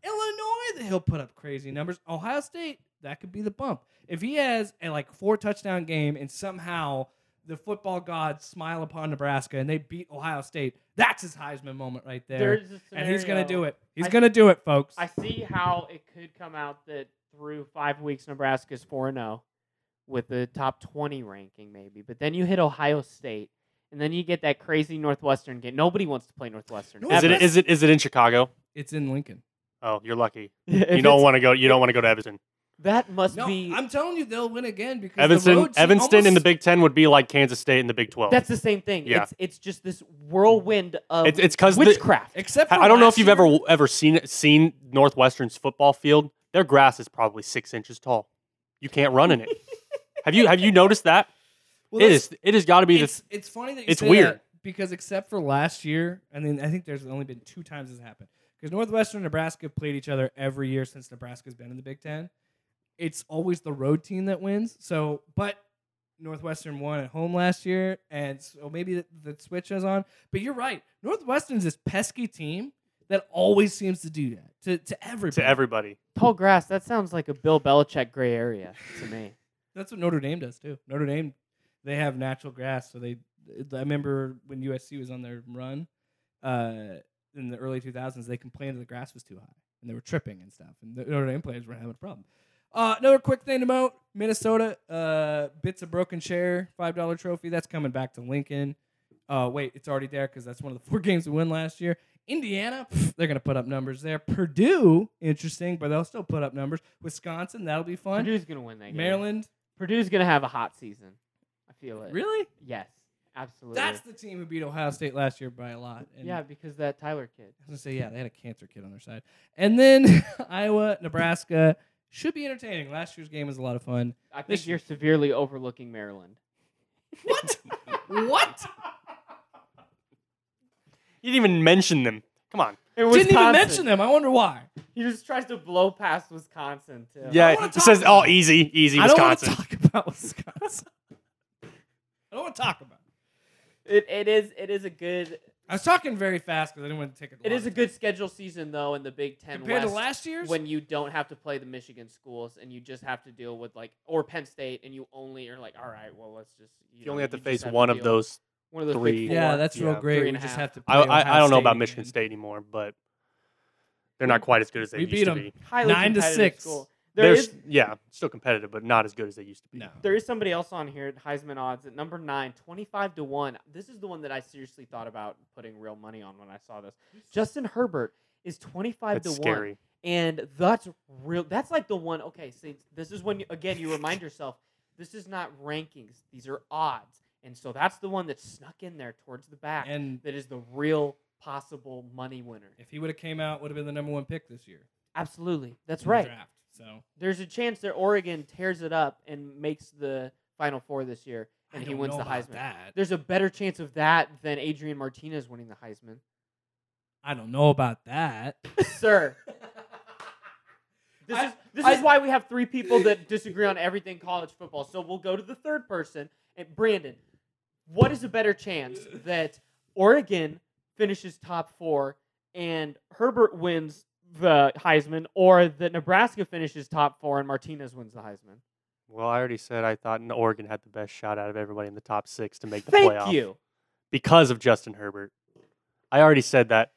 B: Illinois, he'll put up crazy numbers. Ohio State, that could be the bump. If he has a like four touchdown game and somehow the football gods smile upon Nebraska and they beat Ohio State, that's his Heisman moment right there.
A: There's a
B: and he's gonna
A: scenario-
B: do it. He's
A: I-
B: gonna do it, folks.
A: I see how it could come out that through five weeks Nebraska's four and zero with the top twenty ranking maybe, but then you hit Ohio State, and then you get that crazy Northwestern game. Nobody wants to play Northwestern.
B: No,
C: is
A: ever.
C: it is it is it in Chicago?
B: it's in Lincoln.
C: Oh, you're lucky.
A: If
C: You don't
A: it's-
C: want to go. You don't want to go to Evanston.
A: That must
B: No,
A: be.
B: I'm telling you, they'll win again because the
C: Evanston,
B: road
C: Evanston in the Big Ten would be like Kansas State in the Big Twelve.
A: that's the same thing.
C: Yeah.
A: It's it's just this whirlwind of
C: It's- it's 'cause the-
A: witchcraft.
B: Except for
C: I I don't know if
B: last
C: you've
B: year.
C: ever ever seen seen Northwestern's football field. Their grass is probably six inches tall. You can't run in it. have you have you noticed that?
B: Well,
C: it
B: that's-
C: is it has got to be
B: It's,
C: this.
B: it's funny that you
C: it's
B: say
C: weird.
B: that because except for last year, and then I think there's only been two times this happened because Northwestern and Nebraska have played each other every year since Nebraska's been in the Big Ten. It's always the road team that wins. So, but Northwestern won at home last year, and so maybe the, the switch is on. But you're right, Northwestern's this pesky team that always seems to do that to to everybody.
C: to everybody.
A: Tall grass. That sounds like a Bill Belichick gray area to me.
B: That's what Notre Dame does too. Notre Dame, they have natural grass, so they. I remember when USC was on their run uh, in the early 2000s, they complained that the grass was too high and they were tripping and stuff, and the Notre Dame players were having a problem. Uh, another quick thing about Minnesota: uh, bits of broken chair, five dollar trophy that's coming back to Lincoln. Uh, wait, it's already there because that's one of the four games we won last year. Indiana, pff, they're going to put up numbers there. Purdue, interesting, but they'll still put up numbers. Wisconsin, that'll be fun.
A: Purdue's gonna win that game.
B: Maryland,
A: Purdue's gonna have a hot season. I feel it.
B: really?
A: Yes. Absolutely.
B: That's the team who beat Ohio State last year by a lot. And
A: yeah, because that Tyler kid.
B: I was gonna say, yeah, they had a cancer kid on their side. And then Iowa, Nebraska should be entertaining. Last year's game was a lot of fun.
A: I think
B: This-
A: you're severely overlooking Maryland.
B: What? what?
C: You didn't even mention them. Come on.
A: And
B: Didn't even mention them. I wonder why.
A: He just tries to blow past Wisconsin too.
B: I
C: Yeah,
B: wanna
C: it
B: talk
C: says,
B: about
C: oh, easy, easy,
B: I don't want to
C: Wisconsin.
B: talk about Wisconsin. I don't want to talk about. It.
A: It, it is it is a good
B: I was talking very fast because I didn't want to take a.
A: it
B: lot
A: is a
B: of
A: good schedule season though in the Big Ten
B: time. compared
A: West
B: to last year's.
A: when you don't have to play the Michigan schools and you just have to deal with like or Penn State and you only are like all right well let's just you,
C: You
A: know,
C: only have to
A: just
C: face one of
A: deal-
C: those.
A: one of those
C: three.
A: big four.
B: yeah, that's real
C: Yeah.
B: great.
A: Three
B: We
A: and a
B: just
A: half.
B: have to.
C: I,
B: play Ohio
C: I, I don't know
B: State
C: about
B: again.
C: Michigan State anymore, but they're not quite as good as they
B: We
C: used
B: beat
C: to
B: 'em.
C: be.
A: highly
B: Nine to
A: competitive
B: six.
A: School. There
C: They're
A: is
C: s- yeah, still competitive, but not as good as they used to be.
B: No.
A: there is somebody else on here at Heisman odds at number nine, 25 to 1. This is the one that I seriously thought about putting real money on when I saw this. Justin Herbert is 25
C: That's
A: to 1.
C: scary.
A: And that's real. That's like the one. Okay, see, this is when, you, again, you remind yourself this is not rankings, these are odds. And so that's the one that snuck in there towards the back
B: And
A: that is the real possible money winner.
B: if he would have came out, would have been the number one pick this year.
A: Absolutely. That's
B: in the
A: right.
B: Draft. So
A: There's a chance that Oregon tears it up and makes the Final Four this year, and
B: I
A: he
B: don't
A: wins
B: know
A: the
B: about
A: Heisman.
B: That.
A: There's a better chance of that than Adrian Martinez winning the Heisman.
B: I don't know about that.
A: Sir. This
B: I-
A: is this
B: I-
A: is why we have three people that disagree on everything college football. So we'll go to the third person and Brandon. What is a better chance that Oregon finishes top four and Herbert wins the Heisman, or that Nebraska finishes top four and Martinez wins the Heisman?
C: Well, I already said I thought Oregon had the best shot out of everybody in the top six to make the
A: Thank
C: playoff
A: you.
C: because of Justin Herbert. I already said that,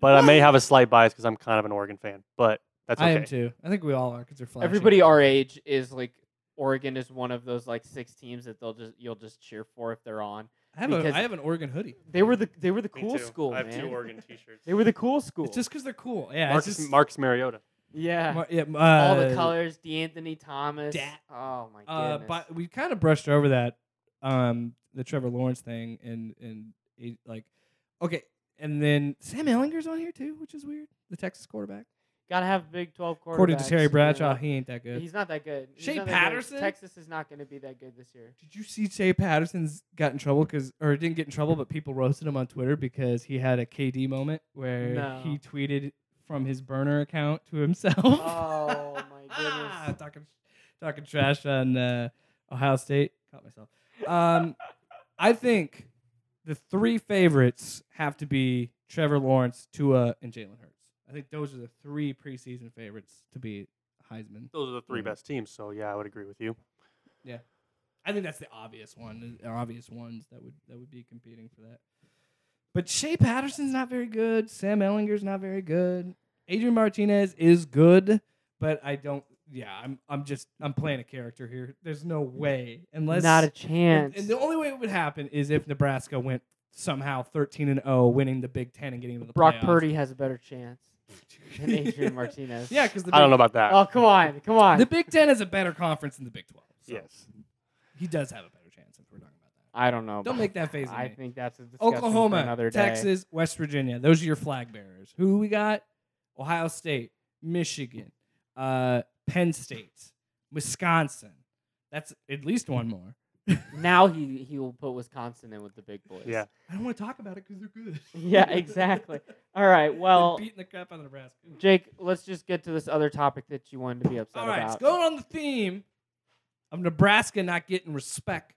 C: but I may have a slight bias because I'm kind of an Oregon fan. But that's
B: I
C: okay.
B: am too. I think we all are because they're flashing.
A: Everybody our age is like Oregon is one of those like six teams that they'll just you'll just cheer for if they're on.
B: I have, a,
A: because-
B: I have an Oregon hoodie.
A: They were the they were the cool school, man.
C: T-shirts.
A: They were the cool school.
B: Mm-hmm. It's just because they're cool. Yeah,
C: Marcus,
B: it's just
C: Marcus Mariota.
A: yeah.
B: Mar- yeah, m- uh,
A: All the colors, D'Anthony Thomas.
B: Dat.
A: Oh my
B: Uh,
A: goodness.
B: but we kind of brushed over that, um, the Trevor Lawrence thing, and and it, like, okay, and then Sam Ellinger's on here too, which is weird. The Texas quarterback,
A: Gotta have Big Twelve quarterbacks.
B: according to Terry
A: you
B: Bradshaw,
A: know.
B: he ain't that good.
A: he's not that good. He's
B: Shea
A: not that good.
B: Patterson?
A: Texas is not going to be that good this year.
B: Did you see Jay Patterson's got in trouble because, or didn't get in trouble, but people roasted him on Twitter because he had a KD moment where
A: No.
B: he tweeted from his burner account to himself.
A: Oh, my goodness.
B: talking, talking trash on uh, Ohio State. Caught myself. Um, I think the three favorites have to be Trevor Lawrence, Tua, and Jalen Hurts. I think those are the three preseason favorites to be Heisman.
C: Those are the
A: Mm.
C: three
B: Mhm.
C: best teams. So yeah, I would agree with you.
B: I think that's the obvious one. The obvious ones that would that would be competing for that. But Shea Patterson's not very good. Sam Ellinger's not very good. Adrian Martinez is good, but I don't. Yeah, I'm. I'm just. I'm playing a character here. There's no way unless
A: not a
B: And,
A: chance.
B: and the only way it would happen is if Nebraska went somehow 13 and 0, winning the Big Ten and getting into the
A: Brock
B: playoffs.
A: Purdy has a better chance than Adrian Martinez.
B: Yeah, because
C: I don't know about that.
A: Oh come on, come on.
B: The Big Ten is a better conference than the Big 12. So
C: yes.
B: he does have a better chance if we're talking about that.
A: I don't
C: Oh
A: know.
B: Don't
A: about
B: make that face at
A: I
B: me.
A: think that's a discussion for
B: Oklahoma,
A: another day.
B: Texas, West Virginia. Those are your flag bearers. Who we got? Ohio State, Michigan, uh, Penn State, Wisconsin. That's at least one more.
A: Now he he will put Wisconsin in with the big boys.
C: Yeah.
B: I don't want to talk about it because they're good.
A: Yeah, exactly. All
B: They're
A: right. Well,
B: beating the crap out of Nebraska.
A: Jake, let's just get to this other topic that you wanted to be upset
B: All right,
A: about.
B: so going on the theme of Nebraska not getting respect.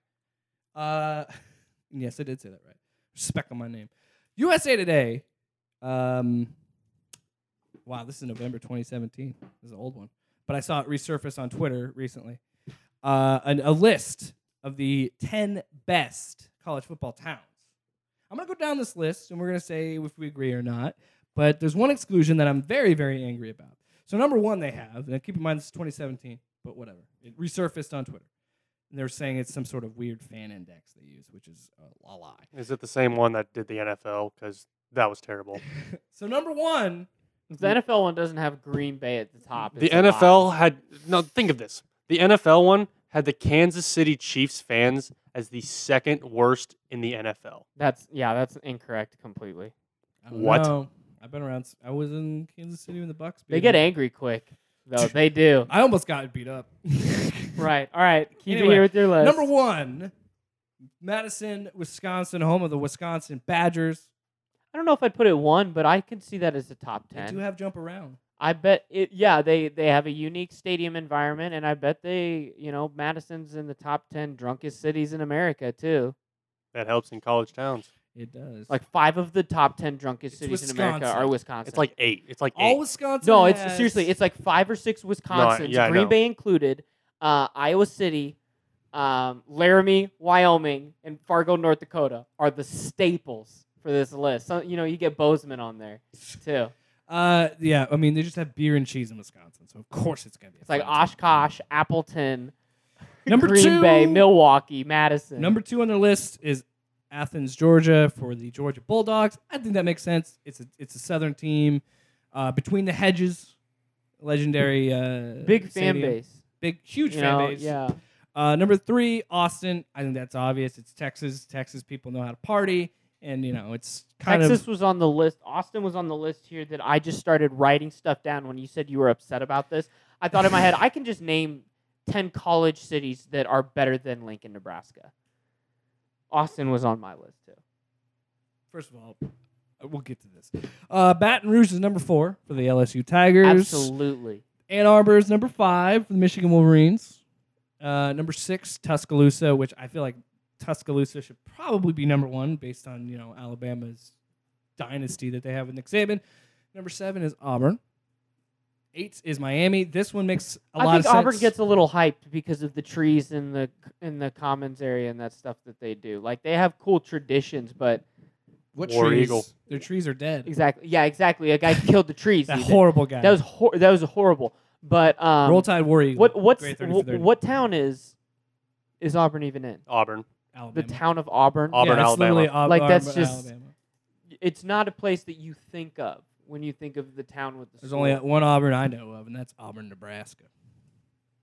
B: Uh, yes, I did say that right. Respect on my name. USA Today. Um, wow, this is November 2017. This is an old one, but I saw it resurface on Twitter recently. Uh, an, a list of the 10 best college football towns. I'm gonna go down this list, and we're gonna say if we agree or not. But there's one exclusion that I'm very, very angry about. So number one, they have, and keep in mind this is 2017, but whatever. It resurfaced on Twitter, and they were saying it's some sort of weird fan index they use, which is a, a lie.
C: Is it the same one that did the NFL? Because that was terrible.
B: So number one,
A: The NFL one doesn't have Green Bay at the top.
C: the
A: It's a lie.
C: NFL had no. Think of this. The NFL one had the Kansas City Chiefs fans as the second worst in the NFL.
A: That's yeah, that's incorrect completely.
B: I don't
C: What?
B: know. I've been around. s- I was in Kansas City when the Bucks. Beat
A: They get
B: them.
A: angry quick, though. They do.
B: I almost got beat up.
A: Right. All right. Keep
B: Anyway,
A: it here with your list.
B: Number one, Madison, Wisconsin, home of the Wisconsin Badgers.
A: I don't know if I'd put it one, but I can see that as a top
B: They
A: ten.
B: do have jump around.
A: I bet it. Yeah, they they have a unique stadium environment, and I bet they, you know, Madison's in the top ten drunkest cities in America too.
C: That helps in college towns.
B: It does.
A: Like five of the top ten drunkest
B: It's
A: cities in America
B: Wisconsin.
A: are Wisconsin.
C: It's like eight. It's like
B: all
C: eight.
B: Wisconsin.
A: no, it's
B: has-
A: seriously, it's like five or six Wisconsin,
C: yeah, I
A: Green
C: know.
A: Bay included, uh, Iowa City, um, Laramie, Wyoming, and Fargo, North Dakota are the staples for this list. So you know, you get Bozeman on there too.
B: Uh, yeah. I mean, they just have beer and cheese in Wisconsin, so of course it's gonna be. a
A: It's like
B: fun time.
A: Oshkosh, Appleton,
B: Number
A: Green
B: two.
A: Bay, Milwaukee, Madison.
B: Number two on their list is Athens, Georgia, for the Georgia Bulldogs. I think that makes sense. It's a it's a Southern team. Uh, between the hedges, legendary uh,
A: big fan
B: stadium.
A: base.
B: big huge
A: you
B: fan
A: know,
B: base.
A: Yeah.
B: Uh, number three, Austin. I think that's obvious. It's Texas. Texas people know how to party, and you know it's kind
A: Texas
B: of
A: was on the list. Austin was on the list here that I just started writing stuff down when you said you were upset about this. I thought in my head, I can just name 10 college cities that are better than Lincoln, Nebraska. Austin was on my list too.
B: first of all. We'll get to this. Uh, Baton Rouge is number four for the LSU Tigers.
A: Absolutely.
B: Ann Arbor is number five for the Michigan Wolverines. Uh, number six, Tuscaloosa, which I feel like Tuscaloosa should probably be number one based on you know Alabama's dynasty that they have with Nick Saban. Number seven is Auburn. Eight is Miami. This one makes a
A: I
B: lot
A: think
B: of sense.
A: Auburn gets a little hyped because of the trees in the in the commons area and that stuff that they do. Like they have cool traditions, but
B: what
C: War
B: trees?
C: Eagle.
B: Their trees are dead.
A: exactly, yeah, exactly. A guy killed the trees.
B: That
A: even.
B: horrible guy.
A: That was hor- that was horrible. But um,
B: Roll Tide War Eagle.
A: What what's
B: Great 30 for
A: what,
B: 30.
A: what town is is Auburn even in?
C: Auburn.
B: Alabama.
A: The town of Auburn.
C: Auburn,
B: yeah, it's
C: Alabama.
B: literally Aub-
A: Like, that's
B: Auburn,
A: just-
B: Alabama.
A: It's not a place that you think of when you think of the town with the.
B: There's
A: school.
B: only one Auburn I know of, and that's Auburn, Nebraska.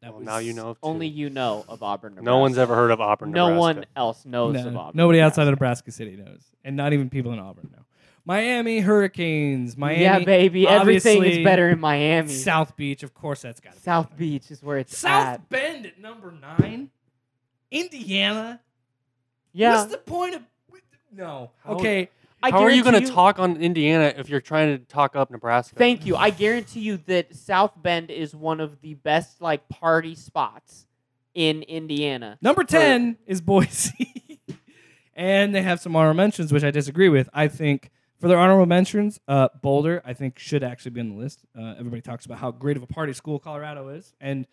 B: That
C: Well, now you
B: was-
C: know. of
A: Only
C: two.
A: you know of Auburn. Nebraska.
C: No one's ever heard of Auburn.
A: No
C: Nebraska.
A: one else knows
B: No,
A: of Auburn.
B: nobody outside of
A: Nebraska.
B: Nebraska City knows, and not even people in Auburn know. Miami Hurricanes, Miami,
A: Yeah, baby. Everything
B: obviously,
A: is better in Miami.
B: South Beach, of course, that's got to
A: South
B: be
A: Beach is where it's
B: South
A: at.
B: Bend at number nine, Indiana.
A: Yeah.
B: What's the point of no?
C: How-
B: okay,
A: I
C: How are you going
A: guarantee
C: to talk on Indiana if you're trying to talk up Nebraska?
A: Thank you. I guarantee you that South Bend is one of the best like party spots in Indiana.
B: number ten is Boise, and they have some honorable mentions, which I disagree with. I think. For their honorable mentions, uh, Boulder, I think, should actually be on the list. Uh, everybody talks about how great of a party school Colorado is. And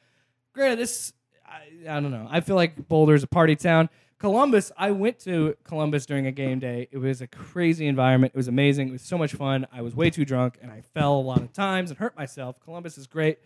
B: granted, this I, I don't know. I feel like Boulder's a party town. Columbus, I went to Columbus during a game day. It was a crazy environment. It was amazing. It was so much fun. I was way too drunk and I fell a lot of times and hurt myself. Columbus is great.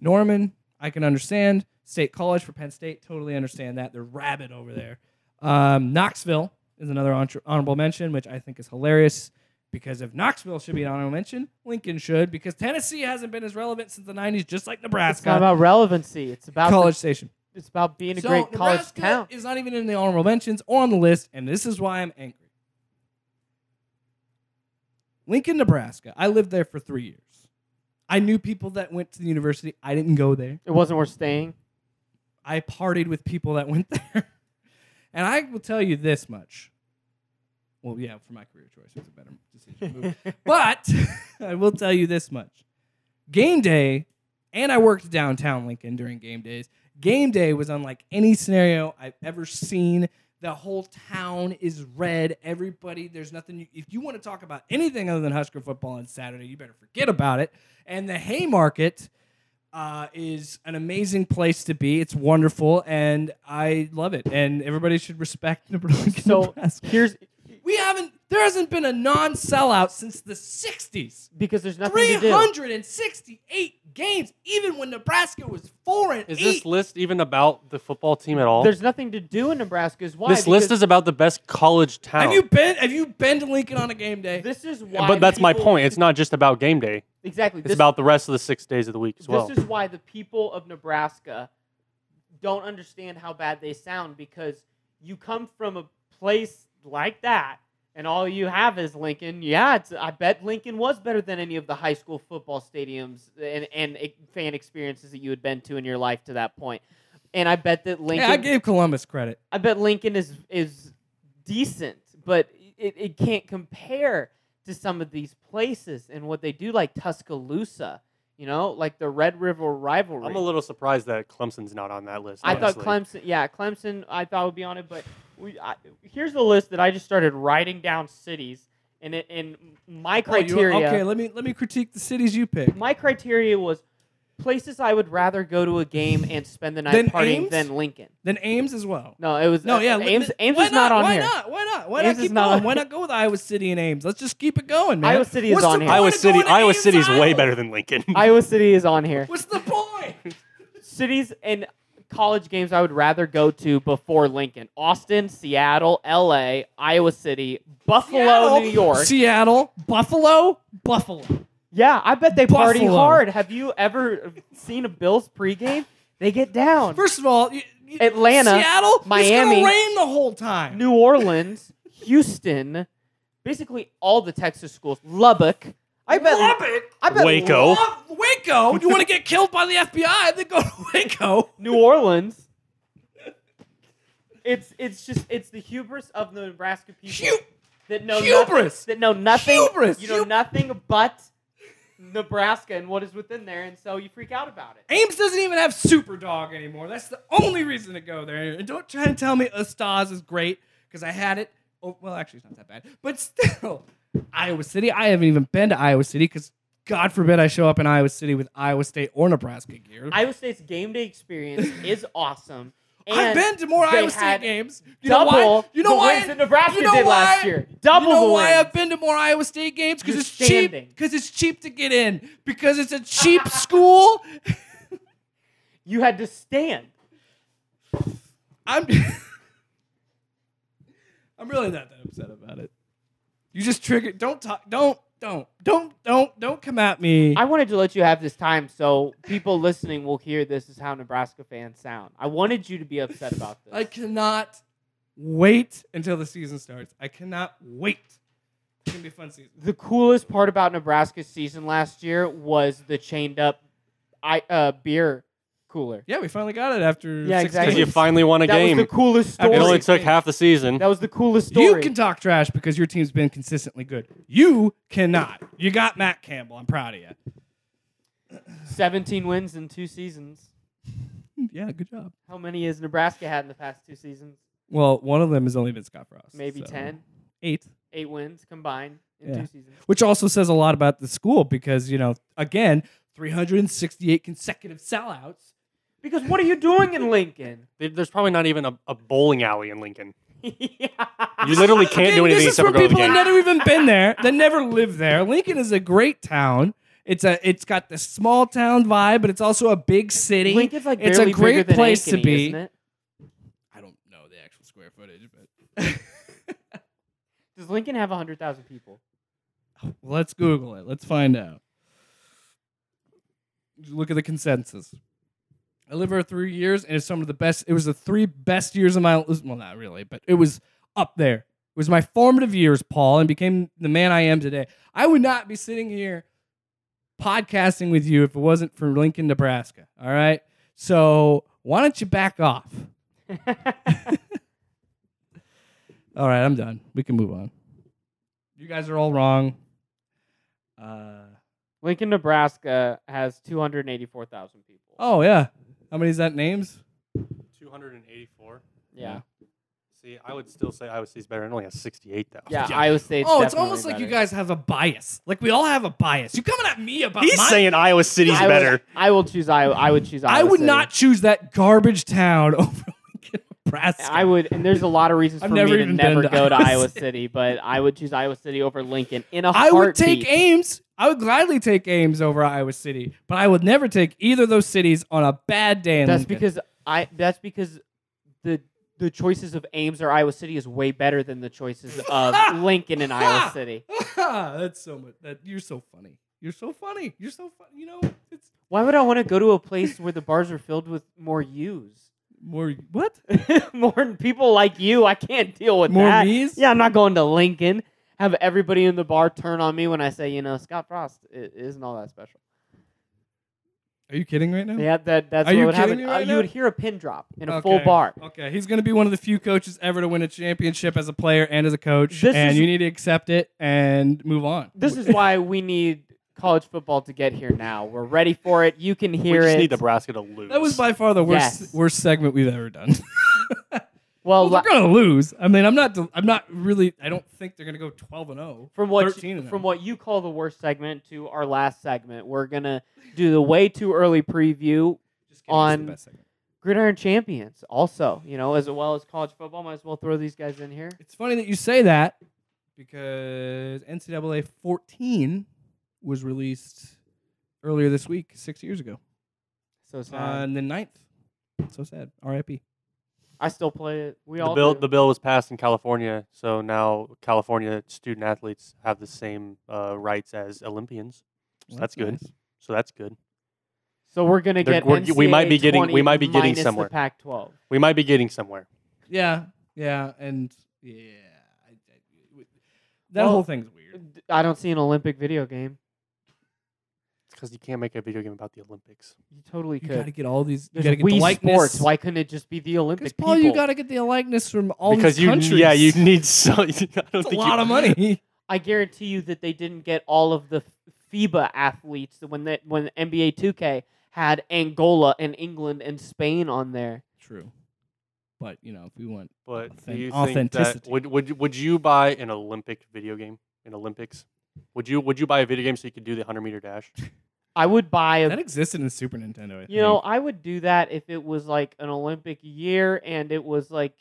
B: Norman, I can understand. State College for Penn State, totally understand that. They're rabid over there. Um, Knoxville is another honor- honorable mention, which I think is hilarious because if Knoxville should be an honorable mention, Lincoln should because Tennessee hasn't been as relevant since the 90s, just like Nebraska.
A: It's not about relevancy. It's about the-
B: College Station.
A: it's about being a
B: so
A: great college
B: Nebraska
A: town.
B: is not even in the honorable mentions or on the list, and this is why I'm angry. Lincoln, Nebraska. I lived there for three years. I knew people that went to the university. I didn't go there.
A: It wasn't worth staying.
B: I partied with people that went there. and I will tell you this much. Well, yeah, for my career choice, it was a better decision. to move. but I will tell you this much. Game day, and I worked downtown Lincoln during game days. Game day was unlike any scenario I've ever seen. The whole town is red. Everybody, there's nothing. You, if you want to talk about anything other than Husker football on Saturday, you better forget about it. And the Haymarket uh, is an amazing place to be. It's wonderful, and I love it. And everybody should respect Lincoln,
A: So
B: Nebraska.
A: here's
B: We haven't. There hasn't been a non-sellout since the '60s.
A: because there's nothing to do.
B: 368 games, even when Nebraska was four and
C: Is
B: eight.
C: this list even about the football team at all?
A: There's nothing to do in Nebraska. Is why
C: this list
A: because
C: is about the best college town.
B: have you been? Have you been to Lincoln on a game day?
A: this is why.
C: but that's my
A: people-
C: point. It's not just about game day.
A: exactly.
C: It's
A: this,
C: about the rest of the six days of the week as
A: this
C: well.
A: is why the people of Nebraska don't understand how bad they sound because you come from a place like that and all you have is Lincoln. Yeah, it's, I bet Lincoln was better than any of the high school football stadiums and, and e- fan experiences that you had been to in your life to that point. And I bet that Lincoln.
B: Yeah, I gave Columbus credit.
A: I bet Lincoln is is decent, but it, it can't compare to some of these places and what they do, like Tuscaloosa. You know, like the Red River rivalry.
C: I'm a little surprised that Clemson's not on that list.
A: I
C: honestly.
A: thought Clemson, yeah, Clemson, I thought would be on it, but we, I, here's the list that I just started writing down cities, and it, and my
B: Oh, you-
A: criteria,
B: okay, let me let me critique the cities you picked.
A: my criteria was places I would rather go to a game and spend the night
B: Than
A: partying
B: Ames?
A: than Lincoln.
B: Then Ames as well.
A: No, it was
B: No,
A: uh,
B: yeah, let-
A: Ames, Ames
B: why
A: is not, on
B: why
A: here.
B: Not? Why not? Why
A: Ames
B: not
A: is
B: keep
A: not
B: going?
A: on-
B: Why not go with Iowa City and Ames? Let's just keep it going, man.
A: Iowa City is
B: What's
A: on
B: the
A: here.
B: point
C: Iowa
B: of
C: City.
B: going to
C: Iowa
B: Ames,
C: City's way
B: Iowa?
C: better than Lincoln.
A: Iowa City is on here.
B: What's the point?
A: Cities and college games I would rather go to before Lincoln: Austin, Seattle, L.A., Iowa City, Buffalo,
B: Seattle,
A: New York.
B: Seattle, Buffalo, Buffalo.
A: Yeah, I bet they party
B: Buffalo.
A: hard. Have you ever seen a Bills pregame? They get down.
B: First of all, you, you-
A: Atlanta,
B: Seattle, it's gonna
A: Miami,
B: rain the whole time.
A: New Orleans, Houston, basically all the Texas schools. Lubbock. I bet.
B: Lubbock,
A: I bet
C: Waco.
B: Lub- Waco. You want to get killed by the FBI? Then go to Waco.
A: New Orleans. It's it's just it's the hubris of the Nebraska people
B: Hu-
A: that know
B: hubris.
A: nothing, that know nothing.
B: Hubris.
A: You know
B: Hu-
A: nothing but Nebraska and what is within there, and so you freak out about it.
B: Ames doesn't even have Superdog anymore. That's the only reason to go there. And don't try and tell me Ustaz is great because I had it. Oh, well, actually, it's not that bad. But still, Iowa City. I haven't even been to Iowa City because God forbid I show up in Iowa City with Iowa State or Nebraska gear.
A: Iowa State's game day experience is awesome. And
B: I've been to more
A: they
B: Iowa State
A: had
B: games. You
A: double
B: know why? You know
A: the
B: why?
A: wins that Nebraska
B: you know
A: did last
B: why-
A: year. Double
B: you know
A: the
B: why
A: wins.
B: I've been to more Iowa State games because
A: You're
B: it's
A: standing.
B: cheap. Because it's cheap to get in. Because it's a cheap school.
A: You had to stand.
B: I'm. I'm really not that upset about it. You just triggered. Don't talk. Don't. Don't. Don't. Don't. Don't come at me.
A: I wanted to let you have this time so people listening will hear this is how Nebraska fans sound. I wanted you to be upset about this.
B: I cannot wait until the season starts. I cannot wait. It's gonna be a fun season.
A: the coolest part about Nebraska's season last year was the chained up I uh, beer cooler.
B: Yeah, we finally got it after.
A: Yeah,
B: six
A: exactly.
C: Because you
B: games.
C: finally won a
A: That
C: game.
A: was the coolest
B: I
A: story.
B: mean,
C: it only
B: only
C: took half the season.
A: that was the coolest story.
B: You can talk trash because your team's been consistently good. You cannot. You got Matt Campbell. I'm proud of you.
A: 17 wins in two seasons.
B: Yeah, good job.
A: How many has Nebraska had in the past two seasons?
B: Well, one of them has only been Scott Frost.
A: Maybe
B: so-
A: 10.
B: Eight.
A: Eight wins combined in
B: Yeah.
A: two seasons.
B: Which also says a lot about the school because, you know, again, 368 consecutive sellouts.
A: Because what are you doing in Lincoln?
C: There- There's probably not even a, a bowling alley in Lincoln.
A: yeah.
C: You literally can't do
B: Again,
C: anything
B: this is
C: except
B: for
C: for go to the
B: people
C: game.
B: that never even been there, that never lived there. Lincoln is a great town. It's a it's got this small town vibe, but it's also a big city.
A: Lincoln's like
B: it's
A: barely
B: a great
A: bigger than
B: place to
A: Ankeny,
B: be.
A: Isn't it?
B: I don't know the actual square footage, but
A: Does Lincoln have 100,000 people?
B: Let's Google it. Let's find out. Just Look at the consensus. I lived here three years, and it's some of the best. It was the three best years of my well, not really, but it was up there. It was my formative years, Paul, and became the man I am today. I would not be sitting here podcasting with you if it wasn't for Lincoln, Nebraska. All right, so why don't you back off? All right, I'm done. We can move on. You guys are all wrong. Uh,
A: Lincoln, Nebraska has 284,000 people.
B: oh yeah, how many is that? Names?
C: 284.
A: yeah.
C: See, I would still say Iowa State's better. It only has 68 though.
A: Yeah, Iowa State's
B: oh, it's
A: definitely
B: almost like you
A: better.
B: guys have a bias. Like we all have a bias. You coming at me about
C: He's
B: my?
C: saying Iowa City's
A: I
C: better.
A: Would, I will choose Iowa. I would choose Iowa.
B: I would
A: City.
B: not choose that garbage town over Lincoln, Nebraska.
A: I would, and there's a lot of reasons
B: I've
A: for
B: never
A: me to
B: even
A: never
B: been to
A: go to
B: Iowa
A: Iowa
B: City.
A: City, but I would choose Iowa City over Lincoln in a
B: I would take
A: heartbeat.
B: Ames. I would gladly take Ames over Iowa City, but I would never take either of those cities on a bad day. In
A: That's
B: Lincoln.
A: because I. That's because the the choices of Ames or Iowa City is way better than the choices of Lincoln and Iowa City.
B: that's so much. That you're so funny. You're so funny. You're so funny. You know, it's
A: Why would I want to go to a place where the bars are filled with more U's?
B: More what?
A: More people like you, I can't deal with
B: More
A: that.
B: me's?
A: Yeah, I'm not going to Lincoln. Have everybody in the bar turn on me when I say, you know, Scott Frost i- isn't all that special.
B: Are you kidding right now?
A: Yeah, that that's
B: Are
A: what
B: you
A: would
B: kidding
A: happen.
B: me
A: Uh,
B: right
A: you
B: now?
A: would hear a pin drop in a full bar.
B: Okay, he's going to be one of the few coaches ever to win a championship as a player and as a coach,
A: This
B: and
A: is-
B: you need to accept it and move on.
A: This is why we need college football to get here now. We're ready for it. You can
C: We
A: hear
C: just
A: it.
C: need Nebraska to lose.
B: that was by far the worst
A: Yes.
B: worst segment we've ever done.
A: well,
B: well,
A: la-
B: they're going to lose. I mean, I'm not. I'm not really. I don't think they're going to go 12 and oh. 0.
A: from what
B: 13
A: you,
B: of them.
A: from what you call the worst segment to our last segment, we're gonna do the way too early preview.
B: Just kidding, it's the
A: on-
B: best segment.
A: Gridiron champions, also, you know, as well as college football, might as well throw these guys in here.
B: It's funny that you say that because NCAA 14 was released earlier this week, six years ago,
A: So sad.
B: on the 9th. So sad. RIP.
A: I still play it. We
C: the
A: all
C: bill.
A: do.
C: The bill was passed in California, so now California student athletes have the same uh, rights as Olympians. So
B: Well,
C: that's, good.
B: nice.
C: So that's good.
A: so we're gonna
C: They're-
A: get.
C: we're- we might be
A: NCAA
C: getting- we might be getting
A: minus the
C: somewhere.
A: Pac-12.
C: We might be getting somewhere.
B: Yeah. Yeah. And yeah. I, I- that
A: Well,
B: whole thing's weird.
A: I don't see an Olympic video game.
C: It's because you can't make a video game about the Olympics.
A: You totally
B: You
A: could.
B: got to get all these. You
A: There's
B: got to get
A: Wii
B: the likeness.
A: Sports. Why couldn't it just be the
B: Because
A: Olympic
B: Paul,
A: people?
B: you got to get the likeness from all
C: because
B: these
C: you,
B: countries.
C: yeah, you need so. I don't
B: It's
C: think
B: a lot
C: you,
B: of money.
A: I guarantee you that they didn't get all of the FIBA athletes that when that when NBA 2K had Angola and England and Spain on there.
B: True. But you know, if we want
C: But do
B: Authen-
C: you think that
B: authenticity.
C: would would would you buy an Olympic video game? An Olympics? Would you would you buy a video game so you could do the hundred meter dash?
A: I would buy a
B: that existed in the Super Nintendo, I think.
A: you know, I would do that if it was like an Olympic year and it was like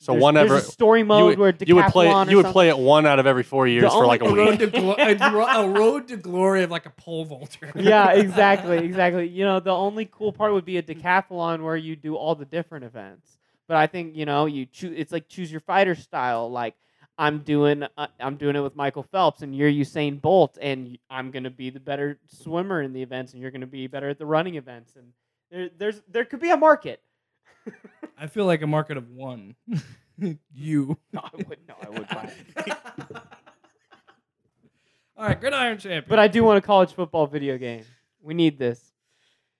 C: So
A: there's-
C: one
A: there's
C: ever-
A: a story mode where decathlon
C: you would play
A: or
C: you would
A: something.
C: play it one out of every four years for
A: only-
C: like a
A: the
B: a road
C: week.
B: to glo- a, dro- a road to glory of like a pole vaulter.
A: yeah, exactly, exactly. You know, the only cool part would be a decathlon where you do all the different events. But I think you know, you choose. It's like choose your fighter style. Like I'm doing, uh, I'm doing it with Michael Phelps, and you're Usain Bolt, and y- I'm gonna be the better swimmer in the events, and you're gonna be better at the running events, and there, there's there could be a market.
B: I feel like a market of one. you.
A: No, I would no, I would buy. it.
B: All right, gridiron champion.
A: But I do want a college football video game. We need this.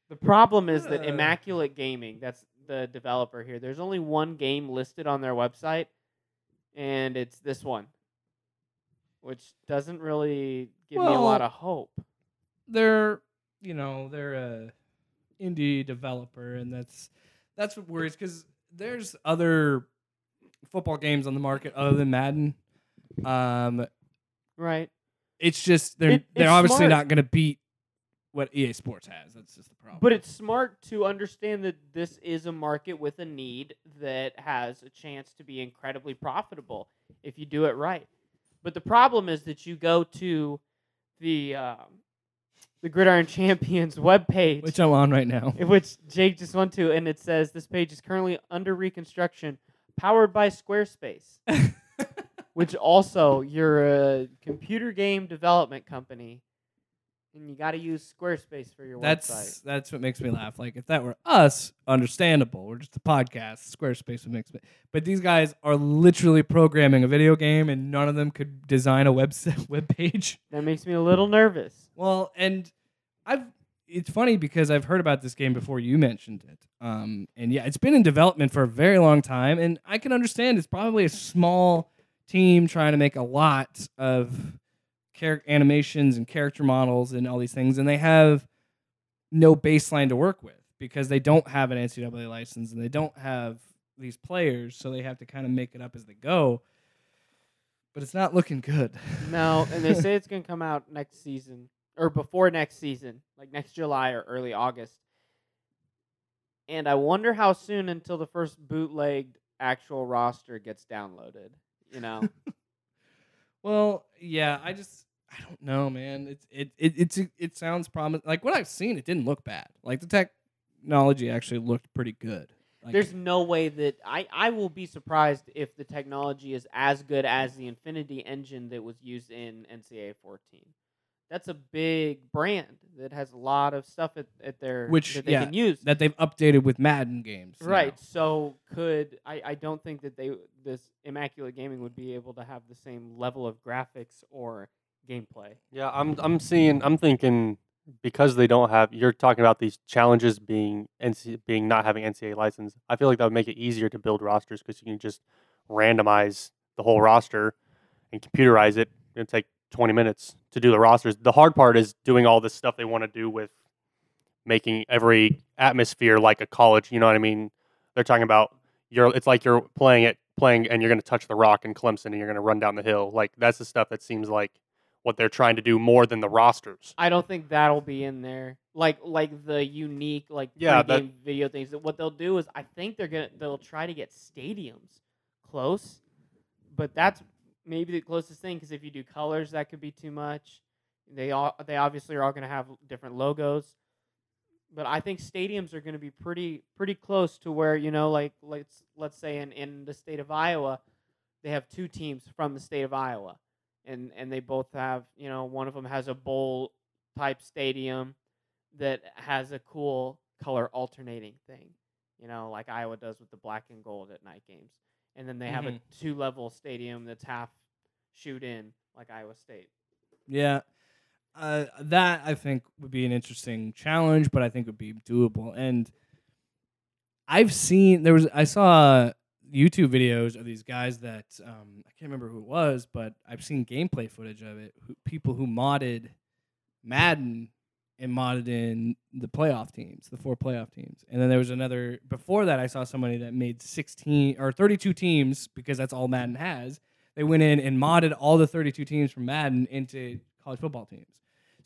A: The problem is that
B: Uh.
A: Immaculate Gaming, that's the developer here, there's only one game listed on their website, and it's this one, which doesn't really give me a lot
B: Well-
A: of hope.
B: they're you know they're a indie developer, and that's that's what worries because there's other football games on the market other than Madden. Um,
A: Right?
B: it's just they're
A: It-
B: they're
A: it's
B: obviously
A: smart.
B: not going to beat what EA Sports has. That's just the problem.
A: But it's smart to understand that this is a market with a need that has a chance to be incredibly profitable if you do it right. But the problem is that you go to the um, the Gridiron Champions webpage,
B: which I'm on right now.
A: which Jake just went to, and it says this page is currently under reconstruction, powered by Squarespace, which also you're a computer game development company, and you got to use Squarespace for your
B: That's
A: website.
B: that's what makes me laugh. Like if that were us, understandable. We're just a podcast. Squarespace would make me. But these guys are literally programming a video game, and none of them could design a website web page.
A: That makes me a little nervous.
B: Well, and I've it's funny because I've heard about this game before you mentioned it. Um, and yeah, it's been in development for a very long time, and I can understand it's probably a small team trying to make a lot of char- animations and character models and all these things, and they have no baseline to work with because they don't have an NCAA license and they don't have these players, so they have to kind of make it up as they go. But it's not looking good.
A: No, and they say it's gonna come out next season or before next season, like next July or early August. And I wonder how soon until the first bootlegged actual roster gets downloaded. You know,
B: Well, yeah, I just I don't know, man. It's it it it's, it sounds promising. Like what I've seen, it didn't look bad. Like the technology actually looked pretty good. Like,
A: there's no way that I I will be surprised if the technology is as good as the Infinity Engine that was used in NCAA 14. that's a big brand that has a lot of stuff at, at their
B: Which,
A: that they
B: yeah,
A: can use.
B: that they've updated with Madden games. now.
A: Right. So could I, I don't think that they this Immaculate Gaming would be able to have the same level of graphics or gameplay.
C: Yeah, I'm I'm seeing I'm thinking because they don't have you're talking about these challenges being NC being not having NCAA license. I feel like that would make it easier to build rosters because you can just randomize the whole roster and computerize it. It'll take 20 minutes to do the rosters. The hard part is doing all this stuff they want to do with making every atmosphere like a college. You know what I mean? They're talking about you're. It's like you're playing it, playing, and you're going to touch the rock in Clemson, and you're going to run down the hill. Like that's the stuff that seems like what they're trying to do more than the rosters.
A: I don't think that'll be in there. Like like the unique like
C: Yeah,
A: yeah,
C: that-
A: game video things. That what they'll do is I think they're gonna they'll try to get stadiums close, but that's maybe the closest thing because if you do colors, that could be too much. They all they obviously are all gonna have different logos, but I think stadiums are gonna be pretty pretty close to where you know like let's let's say in in the state of Iowa, they have two teams from the state of Iowa. And, and they both have you know one of them has a bowl type stadium that has a cool color alternating thing, you know, like Iowa does with the black and gold at night games. And then they have a
B: Mhm.
A: two level stadium that's half shoot in, like Iowa State.
B: Yeah. Uh, that I think would be an interesting challenge, but I think would be doable. And I've seen there was I saw YouTube videos of these guys that um, I can't remember who it was, but I've seen gameplay footage of it. Who, people who modded Madden and modded in the playoff teams, the four playoff teams, and then there was another before that. I saw somebody that made sixteen or thirty-two teams because that's all Madden has. They went in and modded all the thirty-two teams from Madden into college football teams.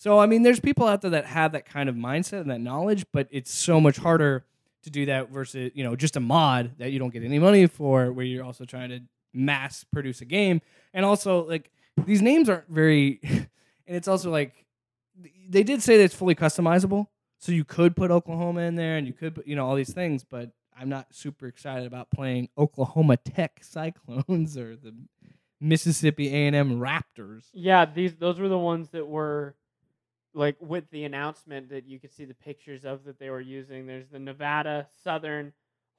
B: So I mean, there's people out there that have that kind of mindset and that knowledge, but it's so much harder to do that versus you know just a mod that you don't get any money for where you're also trying to mass produce a game and also like these names aren't very and it's also like they did say that it's fully customizable so you could put oklahoma in there and you could put you know all these things but i'm not super excited about playing oklahoma tech cyclones or the mississippi a&m raptors
A: Yeah, these those were the ones that were like with the announcement that you could see the pictures of that they were using. There's the Nevada Southern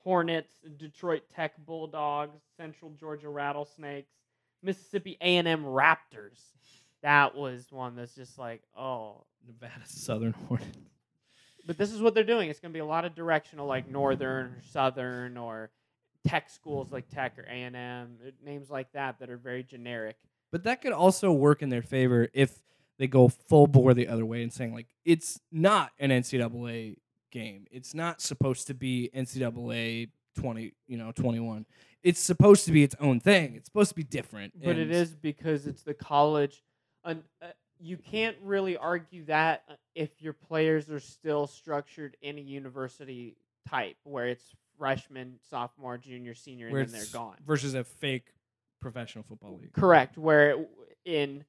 A: Hornets, Detroit Tech Bulldogs, Central Georgia Rattlesnakes, Mississippi A&M Raptors. That was one that's just like, oh,
B: nevada southern hornets
A: but this is what they're doing. It's going to be a lot of directional, like northern or southern or tech schools like Tech or A and M, names like that that are very generic.
B: But that could also work in their favor if they go full bore the other way and saying like it's not an NCAA game. It's not supposed to be NCAA twenty, you know, twenty one. It's supposed to be its own thing. It's supposed to be different.
A: But it
B: and-
A: is because it's the college. Un- uh, you can't really argue that uh, if your players are still structured in a university type where it's freshman, sophomore, junior, senior, and
B: where
A: then they're
B: it's-
A: gone.
B: versus a fake professional football league.
A: Correct. Where it, in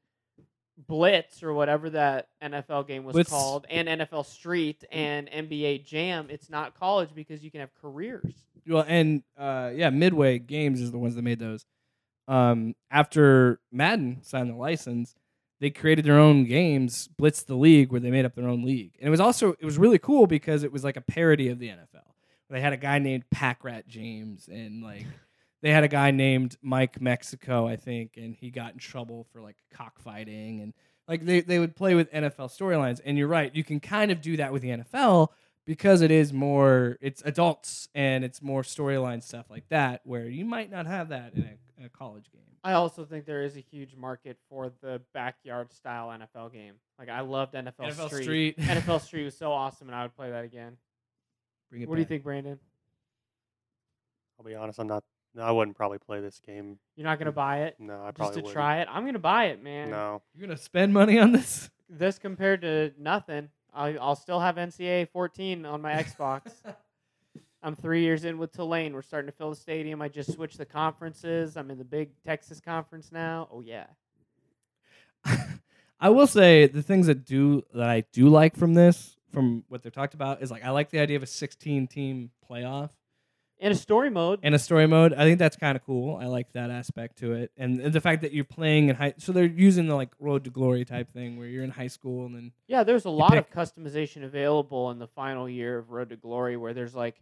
A: Blitz or whatever that NFL game was
B: Blitz-
A: called, and NFL Street and NBA Jam, it's not college because you can have careers.
B: Well, and uh, yeah, Midway Games is the ones that made those. Um, after Madden signed the license, they created their own games, Blitz the League, where they made up their own league, and it was also it was really cool because it was like a parody of the NFL. They had a guy named Pack Rat James, and like they had a guy named Mike Mexico, I think, and he got in trouble for like cockfighting and like they, they would play with NFL storylines. And you're right, you can kind of do that with the NFL because it is more it's adults and it's more storyline stuff like that where you might not have that in a, in a college game.
A: I also think there is a huge market for the backyard style NFL game. Like I loved NFL, Street. NFL Street was so awesome, and I would play that again.
B: Bring it
A: what do you
B: back.
A: think, Brandon?
C: I'll be honest, I'm not. No, I wouldn't probably play this game.
A: You're not gonna buy it
C: No, I probably
A: just to
C: wouldn't.
A: try it. I'm gonna buy it, man.
C: No,
B: You're gonna spend money on this?
A: This compared to nothing. I, I'll still have NCAA 14 on my Xbox. I'm three years in with Tulane. We're starting to fill the stadium. I just switched the conferences. I'm in the big Texas conference now. Oh yeah.
B: I will say the things that do that I do like from this, from what they've talked about, is like I like the idea of a 16 team playoff.
A: in a story mode.
B: and a story mode. I think that's kind of cool. I like that aspect to it, and, and the fact that you're playing in high. So they're using the like Road to Glory type thing where you're in high school and then
A: Yeah, there's a lot
B: pick-
A: of customization available in the final year of Road to Glory, where there's like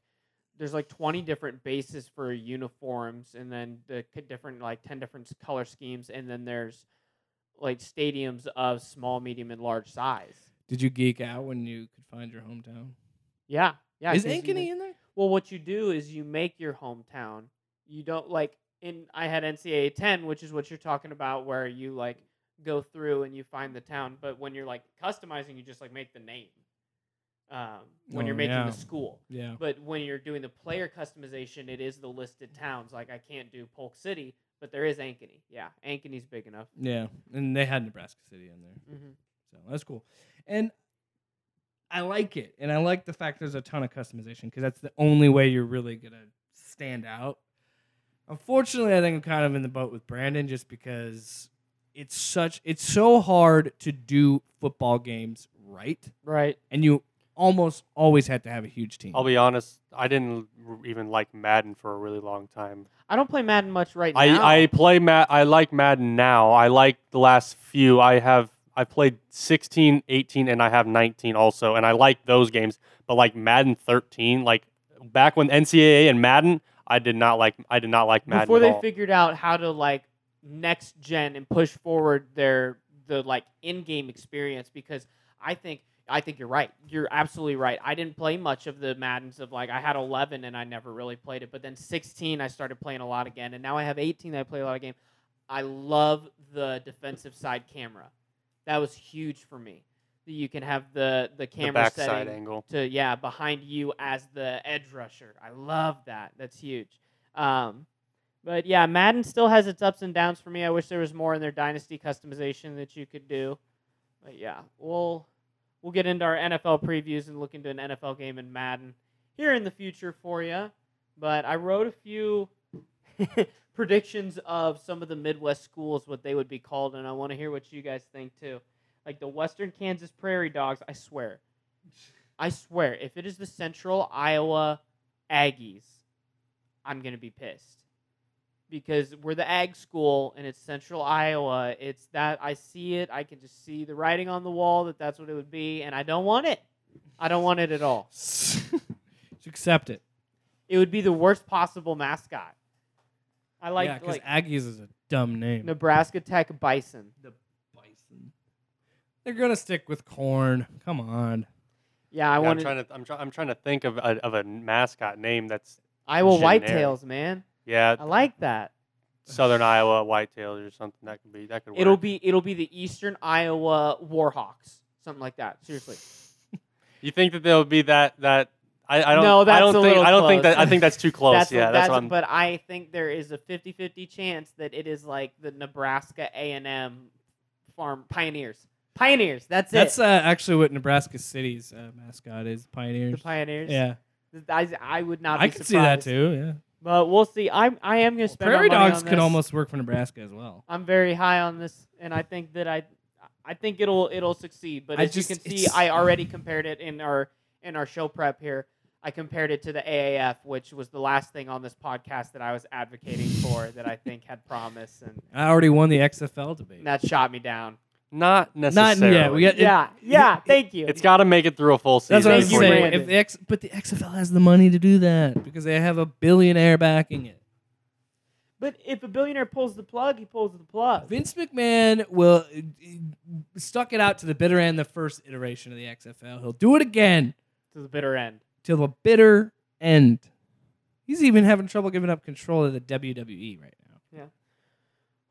A: there's like 20 different bases for uniforms, and then the c- different like 10 different s- color schemes, and then there's like stadiums of small, medium, and large size.
B: did you geek out when you could find your hometown?
A: Yeah, yeah.
B: Is
A: 'cause you
B: Ankeny
A: make-
B: in there?
A: Well, what you do is you make your hometown. You don't like in I had NCAA 10, which is what you're talking about, where you like go through and you find the town. But when you're like customizing, you just like make the name. Um, when
B: Oh,
A: you're making
B: yeah.
A: the school.
B: Yeah.
A: But when you're doing the player customization, it is the listed towns. Like I can't do Polk City, but there is Ankeny. Yeah, Ankeny's big enough.
B: Yeah, and they had Nebraska City in there,
A: hmm
B: so that's cool. And I like it, and I like the fact there's a ton of customization because that's the only way you're really gonna stand out. Unfortunately, I think I'm kind of in the boat with Brandon just because it's such it's so hard to do football games right,
A: Right.
B: and you almost always have to have a huge team.
C: I'll be honest, I didn't r- even like Madden for a really long time.
A: I don't play Madden much right now.
C: I, I play Mad. I like Madden now. I like the last few. I have I played 16, 18, and I have 19 also, and I like those games. But like Madden 13, like back when NCAA and Madden, I did not like. I did not like Madden
A: before
C: at
A: they
C: all.
A: figured out how to like next gen and push forward their the like in game experience because I think I think you're right. You're absolutely right. I didn't play much of the Maddens of like I had 11 and I never really played it, but then 16 I started playing a lot again, and now I have 18 that I play a lot of game. I love the defensive side camera. That was huge for me. That you can have the the
C: the
A: camera
C: backside
A: setting
C: angle.
A: to yeah behind you as the edge rusher. I love that. That's huge. Um, but yeah, Madden still has its ups and downs for me. I wish there was more in their dynasty customization that you could do. But yeah, we'll we'll get into our NFL previews and look into an NFL game in Madden here in the future for you. But I wrote a few predictions of some of the Midwest schools, what they would be called, and I want to hear what you guys think too. Like the Western Kansas Prairie Dogs, I swear. I swear, if it is the Central Iowa Aggies, I'm gonna be pissed because we're the Ag school and it's Central Iowa. It's that I see it. I can just see the writing on the wall that that's what it would be, and I don't want it. I don't want it at all.
B: Just accept it.
A: It would be the worst possible mascot. I like
B: yeah, because
A: like
B: Aggies is a dumb name.
A: Nebraska Tech Bison.
B: The bison. They're gonna stick with corn. Come on.
A: Yeah, I
C: Yeah,
A: want.
C: I'm trying to. I'm, try, I'm trying to think of a, of a mascot name that's
A: Iowa
C: generic.
A: Whitetails, man.
C: yeah,
A: I like that.
C: Southern Iowa Whitetails or something that could be that could. Work.
A: It'll be it'll be the Eastern Iowa Warhawks, something like that. Seriously,
C: You think that there'll be that that. I, I don't.
A: No,
C: I
A: that's
C: don't
A: a
C: think.
A: little
C: I don't think
A: close.
C: that. I think that's too close.
A: that's,
C: yeah, that's, what I'm.
A: but I think there is a 50-50 chance that it is like the Nebraska A and M Farm Pioneers. Pioneers, that's,
B: That's
A: it.
B: uh, actually what Nebraska City's uh, mascot is. Pioneers.
A: the Pioneers.
B: Yeah,
A: I, I would not.
B: I
A: be
B: could see that
A: surprised.
B: too. Yeah,
A: But we'll see. I'm I am gonna spend.
B: Prairie
A: our money
B: Dogs
A: on
B: could
A: this.
B: almost work for Nebraska as well.
A: I'm very high on this, and I think that I, I think it'll it'll succeed. But
B: I
A: as
B: just-
A: you can see,
B: it's-
A: I already compared it in our in our show prep here. I compared it to the AAF, which was the last thing on this podcast that I was advocating for that I think had promise, and
B: I already won the XFL debate.
A: that shot me down.
C: Not
B: Not
C: necessarily.
B: yeah. We got, it-
A: yeah, yeah. Thank you.
C: It's got to make it through a full season.
B: that's what I'm
A: Thank you,
B: saying.
A: Brandon.
B: If the X, but the XFL has the money to do that because they have a billionaire backing it.
A: but if a billionaire pulls the plug, he pulls the plug.
B: Vince McMahon will uh, stuck it out to the bitter end. The first iteration of the XFL, he'll do it again.
A: to the bitter end.
B: till the bitter end. He's even having trouble giving up control of the WWE right now.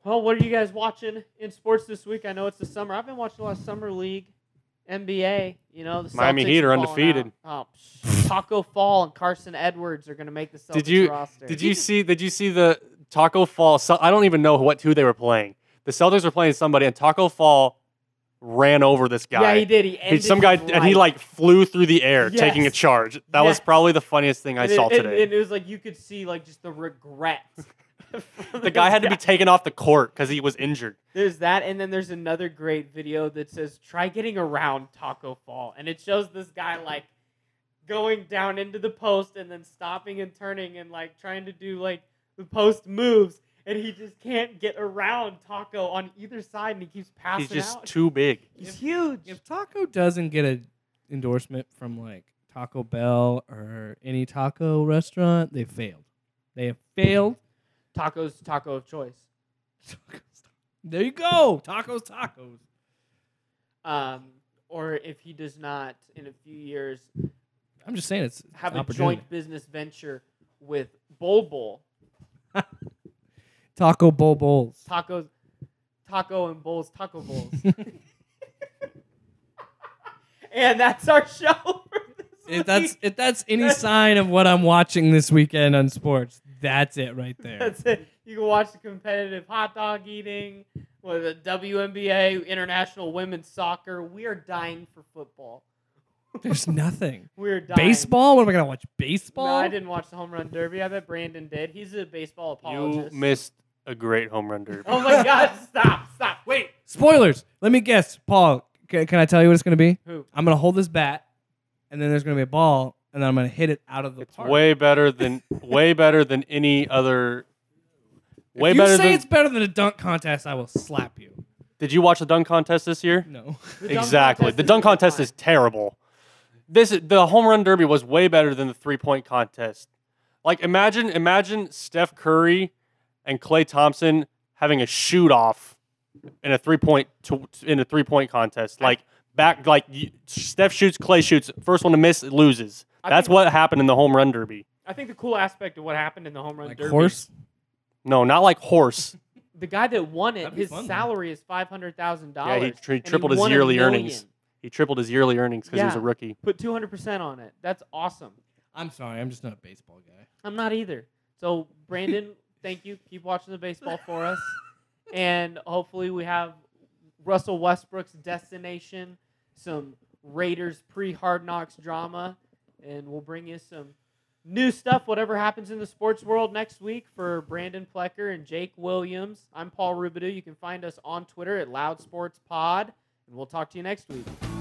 A: Well, what are you guys watching in sports this week? I know it's the summer. I've been watching a lot of summer league, NBA. You know, the
C: Miami
A: Celtics
C: Heat are
A: falling
C: undefeated.
A: out. Oh, psh, Taco Fall and Carson Edwards are going to make the Celtics
C: Did you-
A: roster.
C: Did you see? Did you see the Taco Fall? Cel- I don't even know what who they were playing. The Celtics were playing somebody, and Taco Fall ran over this guy.
A: Yeah, he did. He
C: He-
A: ended
C: some guy,
A: his
C: and he
A: life.
C: like flew through the air,
A: Yes.
C: taking a charge. That was
A: Yes.
C: probably the funniest thing I
A: And it-
C: saw
A: and-
C: today.
A: and it was like you could see like just the regret. from
C: the guy
A: this
C: had to be taken off the court because he was injured.
A: There's that, and then there's another great video that says, "Try getting around Taco Fall," and it shows this guy like going down into the post and then stopping and turning and like trying to do like the post moves, and he just can't get around Taco on either side, and he keeps passing
C: He's just
A: out.
C: too big.
A: He's
B: If-
A: huge.
B: If Taco doesn't get an endorsement from like Taco Bell or any taco restaurant, they failed. They have failed.
A: Taco's taco of choice.
B: There you go. Tacos, tacos.
A: Um, or if he does not in a few years
B: I'm just saying it's it's
A: have
B: an
A: a
B: opportunity.
A: joint business venture with Bol Bol,
B: Taco Bowl bowls.
A: tacos, taco and bowls, taco bowls. and that's our show. For this
B: if that's
A: week.
B: if that's any
A: That's-
B: sign of what I'm watching this weekend on sports, that's it right there.
A: that's it. You can watch the competitive hot dog eating, with the WNBA, international women's soccer. We are dying for football.
B: There's nothing.
A: We are dying.
B: Baseball? What am I gonna watch?
A: No,
B: Baseball?
A: I didn't watch the home run derby. I bet Brandon did. He's a baseball
C: You
A: apologist.
C: missed a great home run derby.
A: Oh my God! Stop! Stop! Wait.
B: Spoilers. Let me guess, Paul. Can, can I tell you what it's gonna be?
A: Who?
B: I'm gonna hold this bat, and then there's gonna be a ball, and then I'm gonna hit it out of the
C: It's
B: park.
C: way better than way better than any other.
B: If
C: Way
B: you
C: better
B: say
C: than.
B: it's better than a dunk contest, I will slap you.
C: Did you watch the dunk contest this year?
B: No.
A: The dunk
C: Exactly.
A: contest
C: The dunk
A: really
C: contest
A: fun.
C: is terrible. This is- the home run derby was way better than the three point contest. Like imagine imagine Steph Curry and Clay Thompson having a shoot off in a three point to, in a three point contest. Like back like you, Steph shoots, Clay shoots. First one to miss loses.
A: I
C: That's
A: think-
C: what happened in the home run derby.
A: I think the cool aspect of what happened in the home run
B: Like
A: derby.
B: horse.
C: No, not like horse.
A: The guy that won it,
B: That'd be
A: his
B: fun, though.
A: salary is five hundred thousand
C: Yeah, he
A: dollars.
C: tri- tripled his yearly earnings. He tripled his yearly earnings because he was
A: Yeah.
C: a rookie.
A: Put two hundred percent on it. That's awesome.
B: I'm sorry, I'm just not a baseball guy.
A: I'm not either. So Brandon, thank you. Keep watching the baseball for us, and hopefully we have Russell Westbrook's destination, some Raiders pre-hard knocks drama, and we'll bring you some new stuff. Whatever happens in the sports world next week for Brandon Plecker and Jake Williams. I'm Paul Rubidoux. You can find us on Twitter at Loud Sports Pod, and we'll talk to you next week.